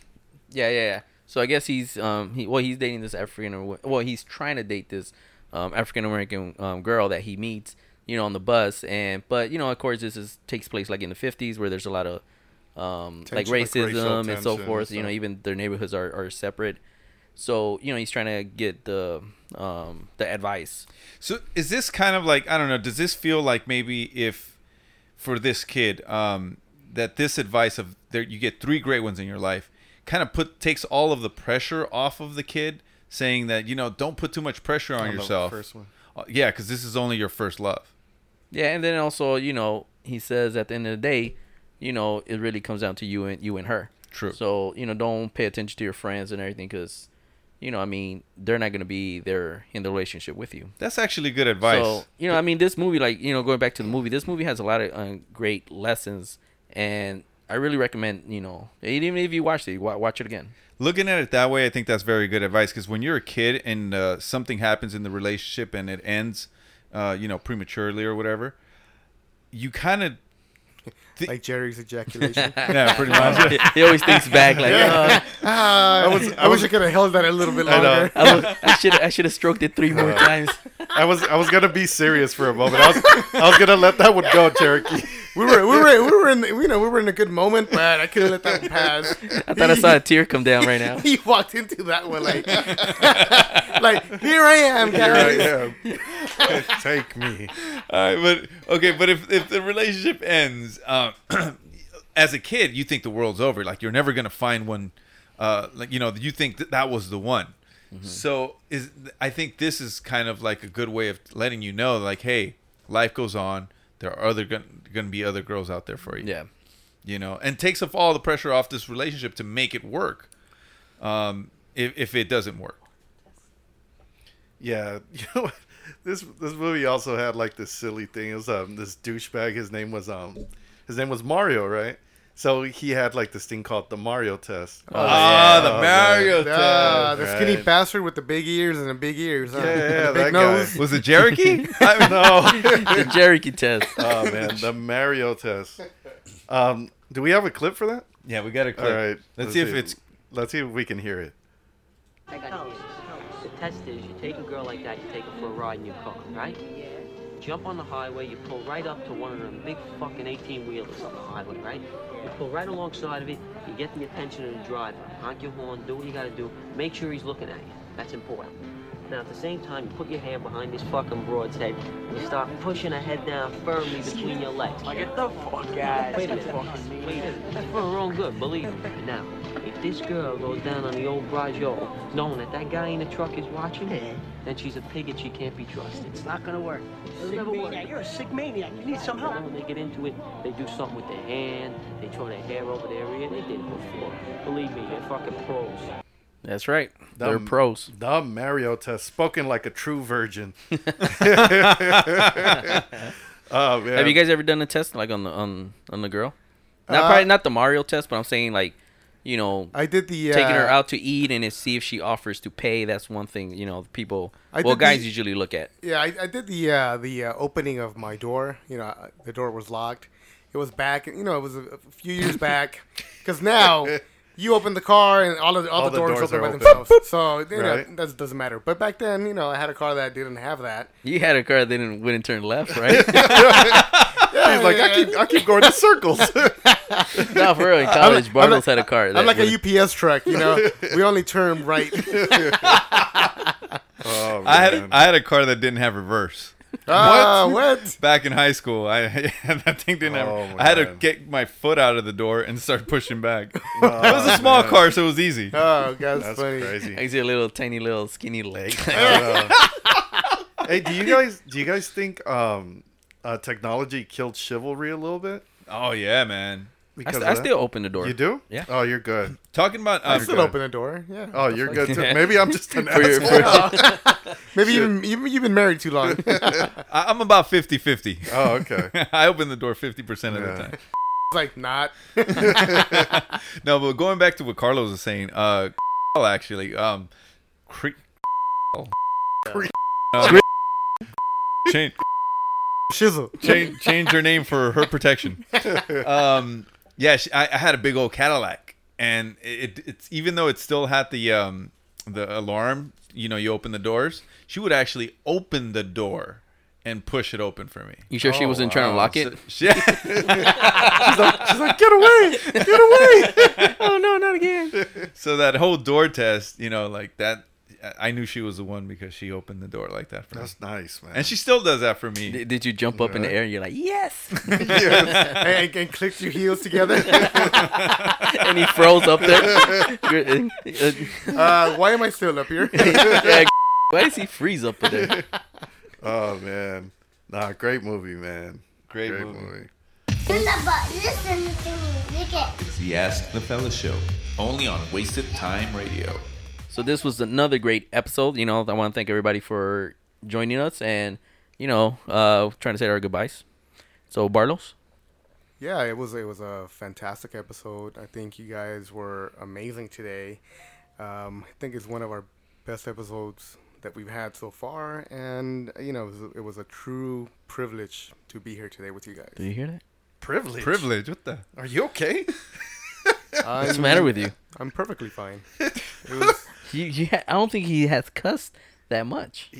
[SPEAKER 13] yeah, yeah, yeah. So I guess he's um he well he's dating this African or well he's trying to date this um African American um, girl that he meets you know on the bus and but you know of course this is takes place like in the fifties where there's a lot of um like
[SPEAKER 11] Tension, like racial
[SPEAKER 13] racism and so
[SPEAKER 11] tension and
[SPEAKER 13] forth you know
[SPEAKER 11] stuff.
[SPEAKER 13] even their neighborhoods are, are separate so you know he's trying to get the um the advice
[SPEAKER 10] so is this kind of like i don't know does this feel like maybe if for this kid um that this advice of there you get three great ones in your life kind of put takes all of the pressure off of the kid saying that you know don't put too much pressure on,
[SPEAKER 11] On the
[SPEAKER 10] yourself
[SPEAKER 11] first one.
[SPEAKER 10] Uh, yeah because this is only your first love
[SPEAKER 13] Yeah, and then also, you know, he says at the end of the day, you know, it really comes down to you and you and her.
[SPEAKER 10] True.
[SPEAKER 13] So you know, don't pay attention to your friends and everything because, you know, I mean, they're not gonna be there in the relationship with you.
[SPEAKER 10] That's actually good advice.
[SPEAKER 13] So you know, I mean, this movie, like you know, going back to the movie, this movie has a lot of uh, great lessons, and I really recommend you know, even if you watched it, wa- watch it again.
[SPEAKER 10] Looking at it that way, I think that's very good advice because when you're a kid and uh, something happens in the relationship and it ends, uh, you know, prematurely or whatever, you kind of
[SPEAKER 6] like Jerry's ejaculation.
[SPEAKER 10] Yeah, pretty much. He-
[SPEAKER 13] he always thinks back, like,
[SPEAKER 6] Yeah.
[SPEAKER 13] uh,
[SPEAKER 6] Ah, I,
[SPEAKER 13] I was- I
[SPEAKER 6] wish
[SPEAKER 13] was-
[SPEAKER 6] I could have held that a little bit longer.
[SPEAKER 13] "Uh, I, was- I should I should have stroked it three more times.
[SPEAKER 11] I was I was gonna be serious for a moment. I was I was gonna let that one go, Cherokee.
[SPEAKER 6] we were we were we were in you know we were in a good moment, but I couldn't let that one pass.
[SPEAKER 13] I thought I saw a tear come down right now.
[SPEAKER 6] he walked into that one like, like here I am, guys.
[SPEAKER 10] Here I am. Take me. All right, but okay, but if if the relationship ends, uh, as a kid, you think the world's over. Like you're never gonna find one. Uh, like you know, you think that that was the one.
[SPEAKER 2] Mhm.
[SPEAKER 10] So is I think this is kind of like a good way of letting you know, like, hey, life goes on. There are other going to be other girls out there for you.
[SPEAKER 13] Yeah,
[SPEAKER 10] you know, and takes off all the pressure off this relationship to make it work. Um, if if it doesn't work.
[SPEAKER 11] Yeah, you know what? this this movie also had like this silly thing. It was um this douchebag. His name was um his name was Mario, right? So he had like this thing called the Mario test.
[SPEAKER 6] Oh, Ah, yeah. the
[SPEAKER 10] Mario
[SPEAKER 11] man.
[SPEAKER 6] Ah, the skinny
[SPEAKER 11] Right.
[SPEAKER 6] bastard with the big ears and the big ears. Huh?
[SPEAKER 11] Yeah, yeah,
[SPEAKER 6] The big
[SPEAKER 11] that
[SPEAKER 6] nose.
[SPEAKER 11] guy.
[SPEAKER 10] Was it Cherokee?
[SPEAKER 11] no,
[SPEAKER 13] The Cherokee test.
[SPEAKER 6] Uh,
[SPEAKER 11] Oh man, the Mario test. Um, do we have a clip for that?
[SPEAKER 10] Yeah, we got a clip.
[SPEAKER 11] All right,
[SPEAKER 10] Let's see if it's-
[SPEAKER 11] Let's see if we can hear it.
[SPEAKER 7] I got it. The test is you take a girl like that, you take her for a ride in your car, right? Yeah. Jump on the highway, you pull right up to one of them big fucking 18 wheelers on the highway, right? You pull right alongside of it, you get the attention of the driver, honk your horn, do what you gotta do, make sure he's looking at you. That's important. Now at the same time, you put your hand behind this fucking broad's head, and you start pushing her head down firmly between your legs. Like, get the fuck
[SPEAKER 16] out.
[SPEAKER 7] Wait a minute. Wait a minute. That's for her own good, believe me. Now, if this girl goes down on the old bride's yard, knowing that that guy in the truck is watching, then she's a pig and she can't be trusted. It's not gonna work. It'll never work.
[SPEAKER 16] You're a sick maniac. You need some help.
[SPEAKER 7] When they get into it, they do something with their hand, they throw their hair over their ear, they did it before. Believe me, they're fucking pros.
[SPEAKER 13] That's right.
[SPEAKER 11] The-
[SPEAKER 13] They're pros.
[SPEAKER 11] The Mario test, spoken like a true virgin. oh, Oh, man.
[SPEAKER 13] Have you guys ever done a test like on the on on the girl? Not
[SPEAKER 6] Uh,
[SPEAKER 13] probably not the Mario test, but I'm saying like, you know,
[SPEAKER 6] I did the,
[SPEAKER 13] taking her
[SPEAKER 6] uh,
[SPEAKER 13] out to eat and it, see if she offers to pay. That's one thing you know people.
[SPEAKER 6] I
[SPEAKER 13] well,
[SPEAKER 6] did the-
[SPEAKER 13] guys usually look at.
[SPEAKER 6] Yeah, I, I did the uh, the uh, opening of my door. You know, I- the door was locked. It was back. You know, it was a, a few years back. Because now you open the car and all of all,
[SPEAKER 13] All
[SPEAKER 6] the,
[SPEAKER 13] the
[SPEAKER 6] doors,
[SPEAKER 13] doors
[SPEAKER 6] open
[SPEAKER 13] are
[SPEAKER 6] by
[SPEAKER 13] open.
[SPEAKER 6] themselves. so you know,
[SPEAKER 13] Right.
[SPEAKER 6] that doesn't matter. But back then, you know, I had a car that didn't have that.
[SPEAKER 13] You had a car that didn't wouldn't turn left, right?
[SPEAKER 6] He's like, I keep I keep going in circles.
[SPEAKER 13] No, for real. In college, Bartles had a car that
[SPEAKER 6] I'm like
[SPEAKER 13] wouldn't-
[SPEAKER 6] a UPS truck. You know, we only turn right.
[SPEAKER 11] Oh,
[SPEAKER 10] I had
[SPEAKER 11] man.
[SPEAKER 10] I had a car that didn't have reverse.
[SPEAKER 6] Ah, what?
[SPEAKER 10] Back in high school, I that thing didn't have.
[SPEAKER 11] my
[SPEAKER 10] I had to
[SPEAKER 11] God.
[SPEAKER 10] get my foot out of the door and start pushing back. it was a small
[SPEAKER 11] Oh, man.
[SPEAKER 10] car, so it was easy.
[SPEAKER 6] Oh,
[SPEAKER 11] God, that's That's funny. crazy.
[SPEAKER 13] I see a little tiny little skinny leg.
[SPEAKER 11] hey, do you guys do you guys think um, uh, technology killed chivalry a little bit?
[SPEAKER 10] Oh yeah, man.
[SPEAKER 11] Because
[SPEAKER 13] st-
[SPEAKER 11] of
[SPEAKER 13] I
[SPEAKER 11] that?
[SPEAKER 13] still open the door.
[SPEAKER 11] You do?
[SPEAKER 13] Yeah.
[SPEAKER 11] Oh, you're good.
[SPEAKER 10] Talking about um,
[SPEAKER 6] I still open the door. Yeah.
[SPEAKER 11] Oh,
[SPEAKER 6] The
[SPEAKER 11] you're
[SPEAKER 6] fuck?
[SPEAKER 11] good too. Maybe I'm just an
[SPEAKER 6] For your-
[SPEAKER 11] asshole.
[SPEAKER 6] for- Maybe you've, you've, you've been married too long.
[SPEAKER 10] I- I'm about 50-50.
[SPEAKER 11] Oh, okay.
[SPEAKER 10] I open the door fifty percent of the time.
[SPEAKER 6] like not.
[SPEAKER 10] no, but going back to what Carlos was saying, uh, actually, um, cre- um, change,
[SPEAKER 6] shizzle,
[SPEAKER 10] change, change her name for her protection. Um, yeah, she, I, I had a big old Cadillac, and it, it's even though it still had the um the alarm, you know, you open the doors, she would actually open the door. And push it open for me.
[SPEAKER 13] You sure
[SPEAKER 6] Oh,
[SPEAKER 13] she wasn't trying to lock it?
[SPEAKER 10] So- she-
[SPEAKER 13] She's like- she's like,
[SPEAKER 6] get away, get away.
[SPEAKER 13] oh no, not again.
[SPEAKER 10] so that whole door test, you know, like that, I knew she was the one because she opened the door like that for
[SPEAKER 11] That's
[SPEAKER 10] me.
[SPEAKER 11] nice, man.
[SPEAKER 10] And she still does that for me.
[SPEAKER 13] Did, did you jump up in the air and you're like, yes?
[SPEAKER 6] and, and click your heels together. and
[SPEAKER 13] he froze up there.
[SPEAKER 6] uh, why am I still up here?
[SPEAKER 13] Yeah, why does he freeze up there?
[SPEAKER 11] Oh man, nah, great movie, man.
[SPEAKER 10] Great,
[SPEAKER 11] movie.
[SPEAKER 17] listen to me,
[SPEAKER 14] It's the Ask the Fellas Show, only on Wasted Time Radio.
[SPEAKER 13] So this was another great episode. You know, I want to thank everybody for joining us and you know, uh, trying to say our goodbyes. So Barlos,
[SPEAKER 6] Yeah, it was it was a fantastic episode. I think you guys were amazing today. Um, I think it's one of our best episodes that we've had so far, and you know it was, it was a true privilege to be here today with you guys.
[SPEAKER 13] do you hear that?
[SPEAKER 11] Privilege.
[SPEAKER 10] Privilege. What the?
[SPEAKER 11] Are you okay?
[SPEAKER 13] What's the matter with you?
[SPEAKER 6] I'm perfectly fine. It was,
[SPEAKER 13] You, you ha- I don't think he has cussed that much.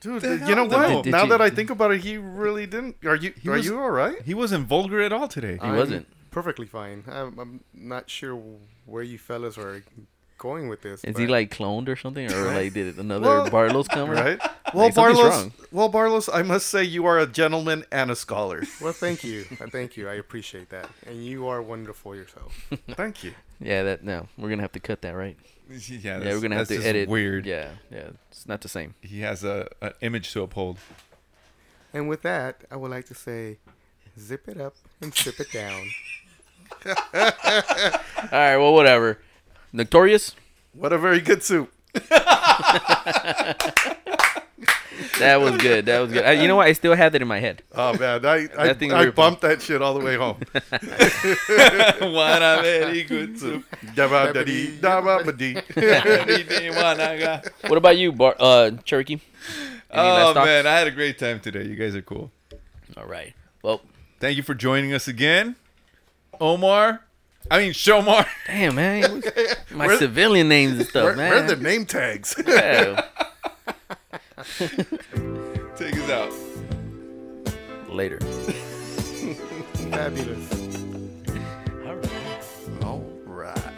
[SPEAKER 11] Dude,
[SPEAKER 10] the
[SPEAKER 11] you
[SPEAKER 10] hell
[SPEAKER 11] know
[SPEAKER 10] did-
[SPEAKER 11] what?
[SPEAKER 10] did- did
[SPEAKER 11] now
[SPEAKER 10] you-
[SPEAKER 11] that I think about it, he really didn't. Are you?
[SPEAKER 10] He
[SPEAKER 11] are
[SPEAKER 10] was-
[SPEAKER 11] you all right?
[SPEAKER 10] He wasn't vulgar at all today.
[SPEAKER 13] Uh,
[SPEAKER 6] I'm perfectly fine. I'm, I'm not sure where you fellas are going with this.
[SPEAKER 13] Is
[SPEAKER 6] but-
[SPEAKER 13] he like cloned or something, or like did another
[SPEAKER 6] Well-
[SPEAKER 13] Barlow's come
[SPEAKER 11] Right.
[SPEAKER 13] Like,
[SPEAKER 11] Well,
[SPEAKER 13] something's
[SPEAKER 11] Barlos.
[SPEAKER 13] wrong.
[SPEAKER 11] Well, Barlos, I must say you are a gentleman and a scholar.
[SPEAKER 6] Well, thank you. I thank you. I appreciate that. And you are wonderful yourself.
[SPEAKER 11] Thank you.
[SPEAKER 13] Yeah, that no, we're gonna have to cut that, right?
[SPEAKER 10] Yeah,
[SPEAKER 13] yeah,
[SPEAKER 10] that's-
[SPEAKER 13] we're gonna have
[SPEAKER 10] that's
[SPEAKER 13] to
[SPEAKER 10] just
[SPEAKER 13] edit.
[SPEAKER 10] Weird.
[SPEAKER 13] Yeah, yeah, it's not the same.
[SPEAKER 10] He has a an image to uphold.
[SPEAKER 6] And with that, I would like to say, zip it up and zip it down.
[SPEAKER 13] All right, well, whatever. Notorious.
[SPEAKER 11] What a very good soup.
[SPEAKER 13] That was good. That was good. I, you know what? I still have that in my head.
[SPEAKER 11] Oh man, I I,
[SPEAKER 13] That thing we
[SPEAKER 11] I
[SPEAKER 13] were
[SPEAKER 11] bumped that shit all the way home.
[SPEAKER 10] Guanaberigutu.
[SPEAKER 11] Dababadi, dababadi.
[SPEAKER 13] What about you, Bar? Uh, Cherokee. Any
[SPEAKER 10] Oh
[SPEAKER 13] last thoughts?
[SPEAKER 10] man, I had a great time today. You guys are cool.
[SPEAKER 13] All right. Well,
[SPEAKER 10] thank you for joining us again, Omar. I mean, Shomar.
[SPEAKER 13] Damn man, my
[SPEAKER 10] Where-
[SPEAKER 13] civilian names and stuff,
[SPEAKER 10] where-
[SPEAKER 13] man.
[SPEAKER 10] where are the
[SPEAKER 11] name tags?
[SPEAKER 13] Yeah.
[SPEAKER 10] Take us out.
[SPEAKER 13] Later.
[SPEAKER 6] Fabulous.
[SPEAKER 11] All right.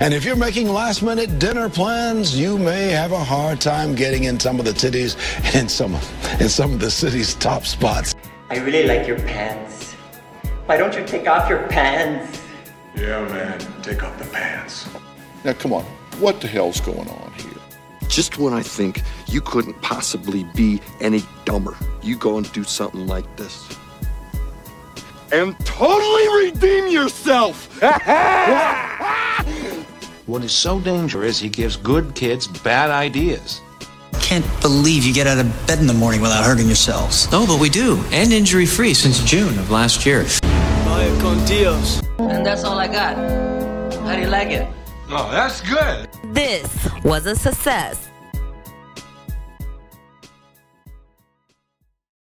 [SPEAKER 17] And if you're making last minute dinner plans, you may have a hard time getting in some of the cities in some in some of the city's top spots.
[SPEAKER 18] I really like your pants. Why don't you take off your pants?
[SPEAKER 5] Yeah, man, take off the pants.
[SPEAKER 19] Now, come on. What the hell's going on here? Just when I think you couldn't possibly be any dumber, you go and do something like this. And totally redeem yourself!
[SPEAKER 20] What is so dangerous, he gives good kids bad ideas.
[SPEAKER 4] Can't believe you get out of bed in the morning without hurting yourselves. No, but we do, and injury free since June of last year.
[SPEAKER 15] Vaya con Dios.
[SPEAKER 21] And that's all I got. How do you like it?
[SPEAKER 20] Oh, that's good.
[SPEAKER 21] This was a success.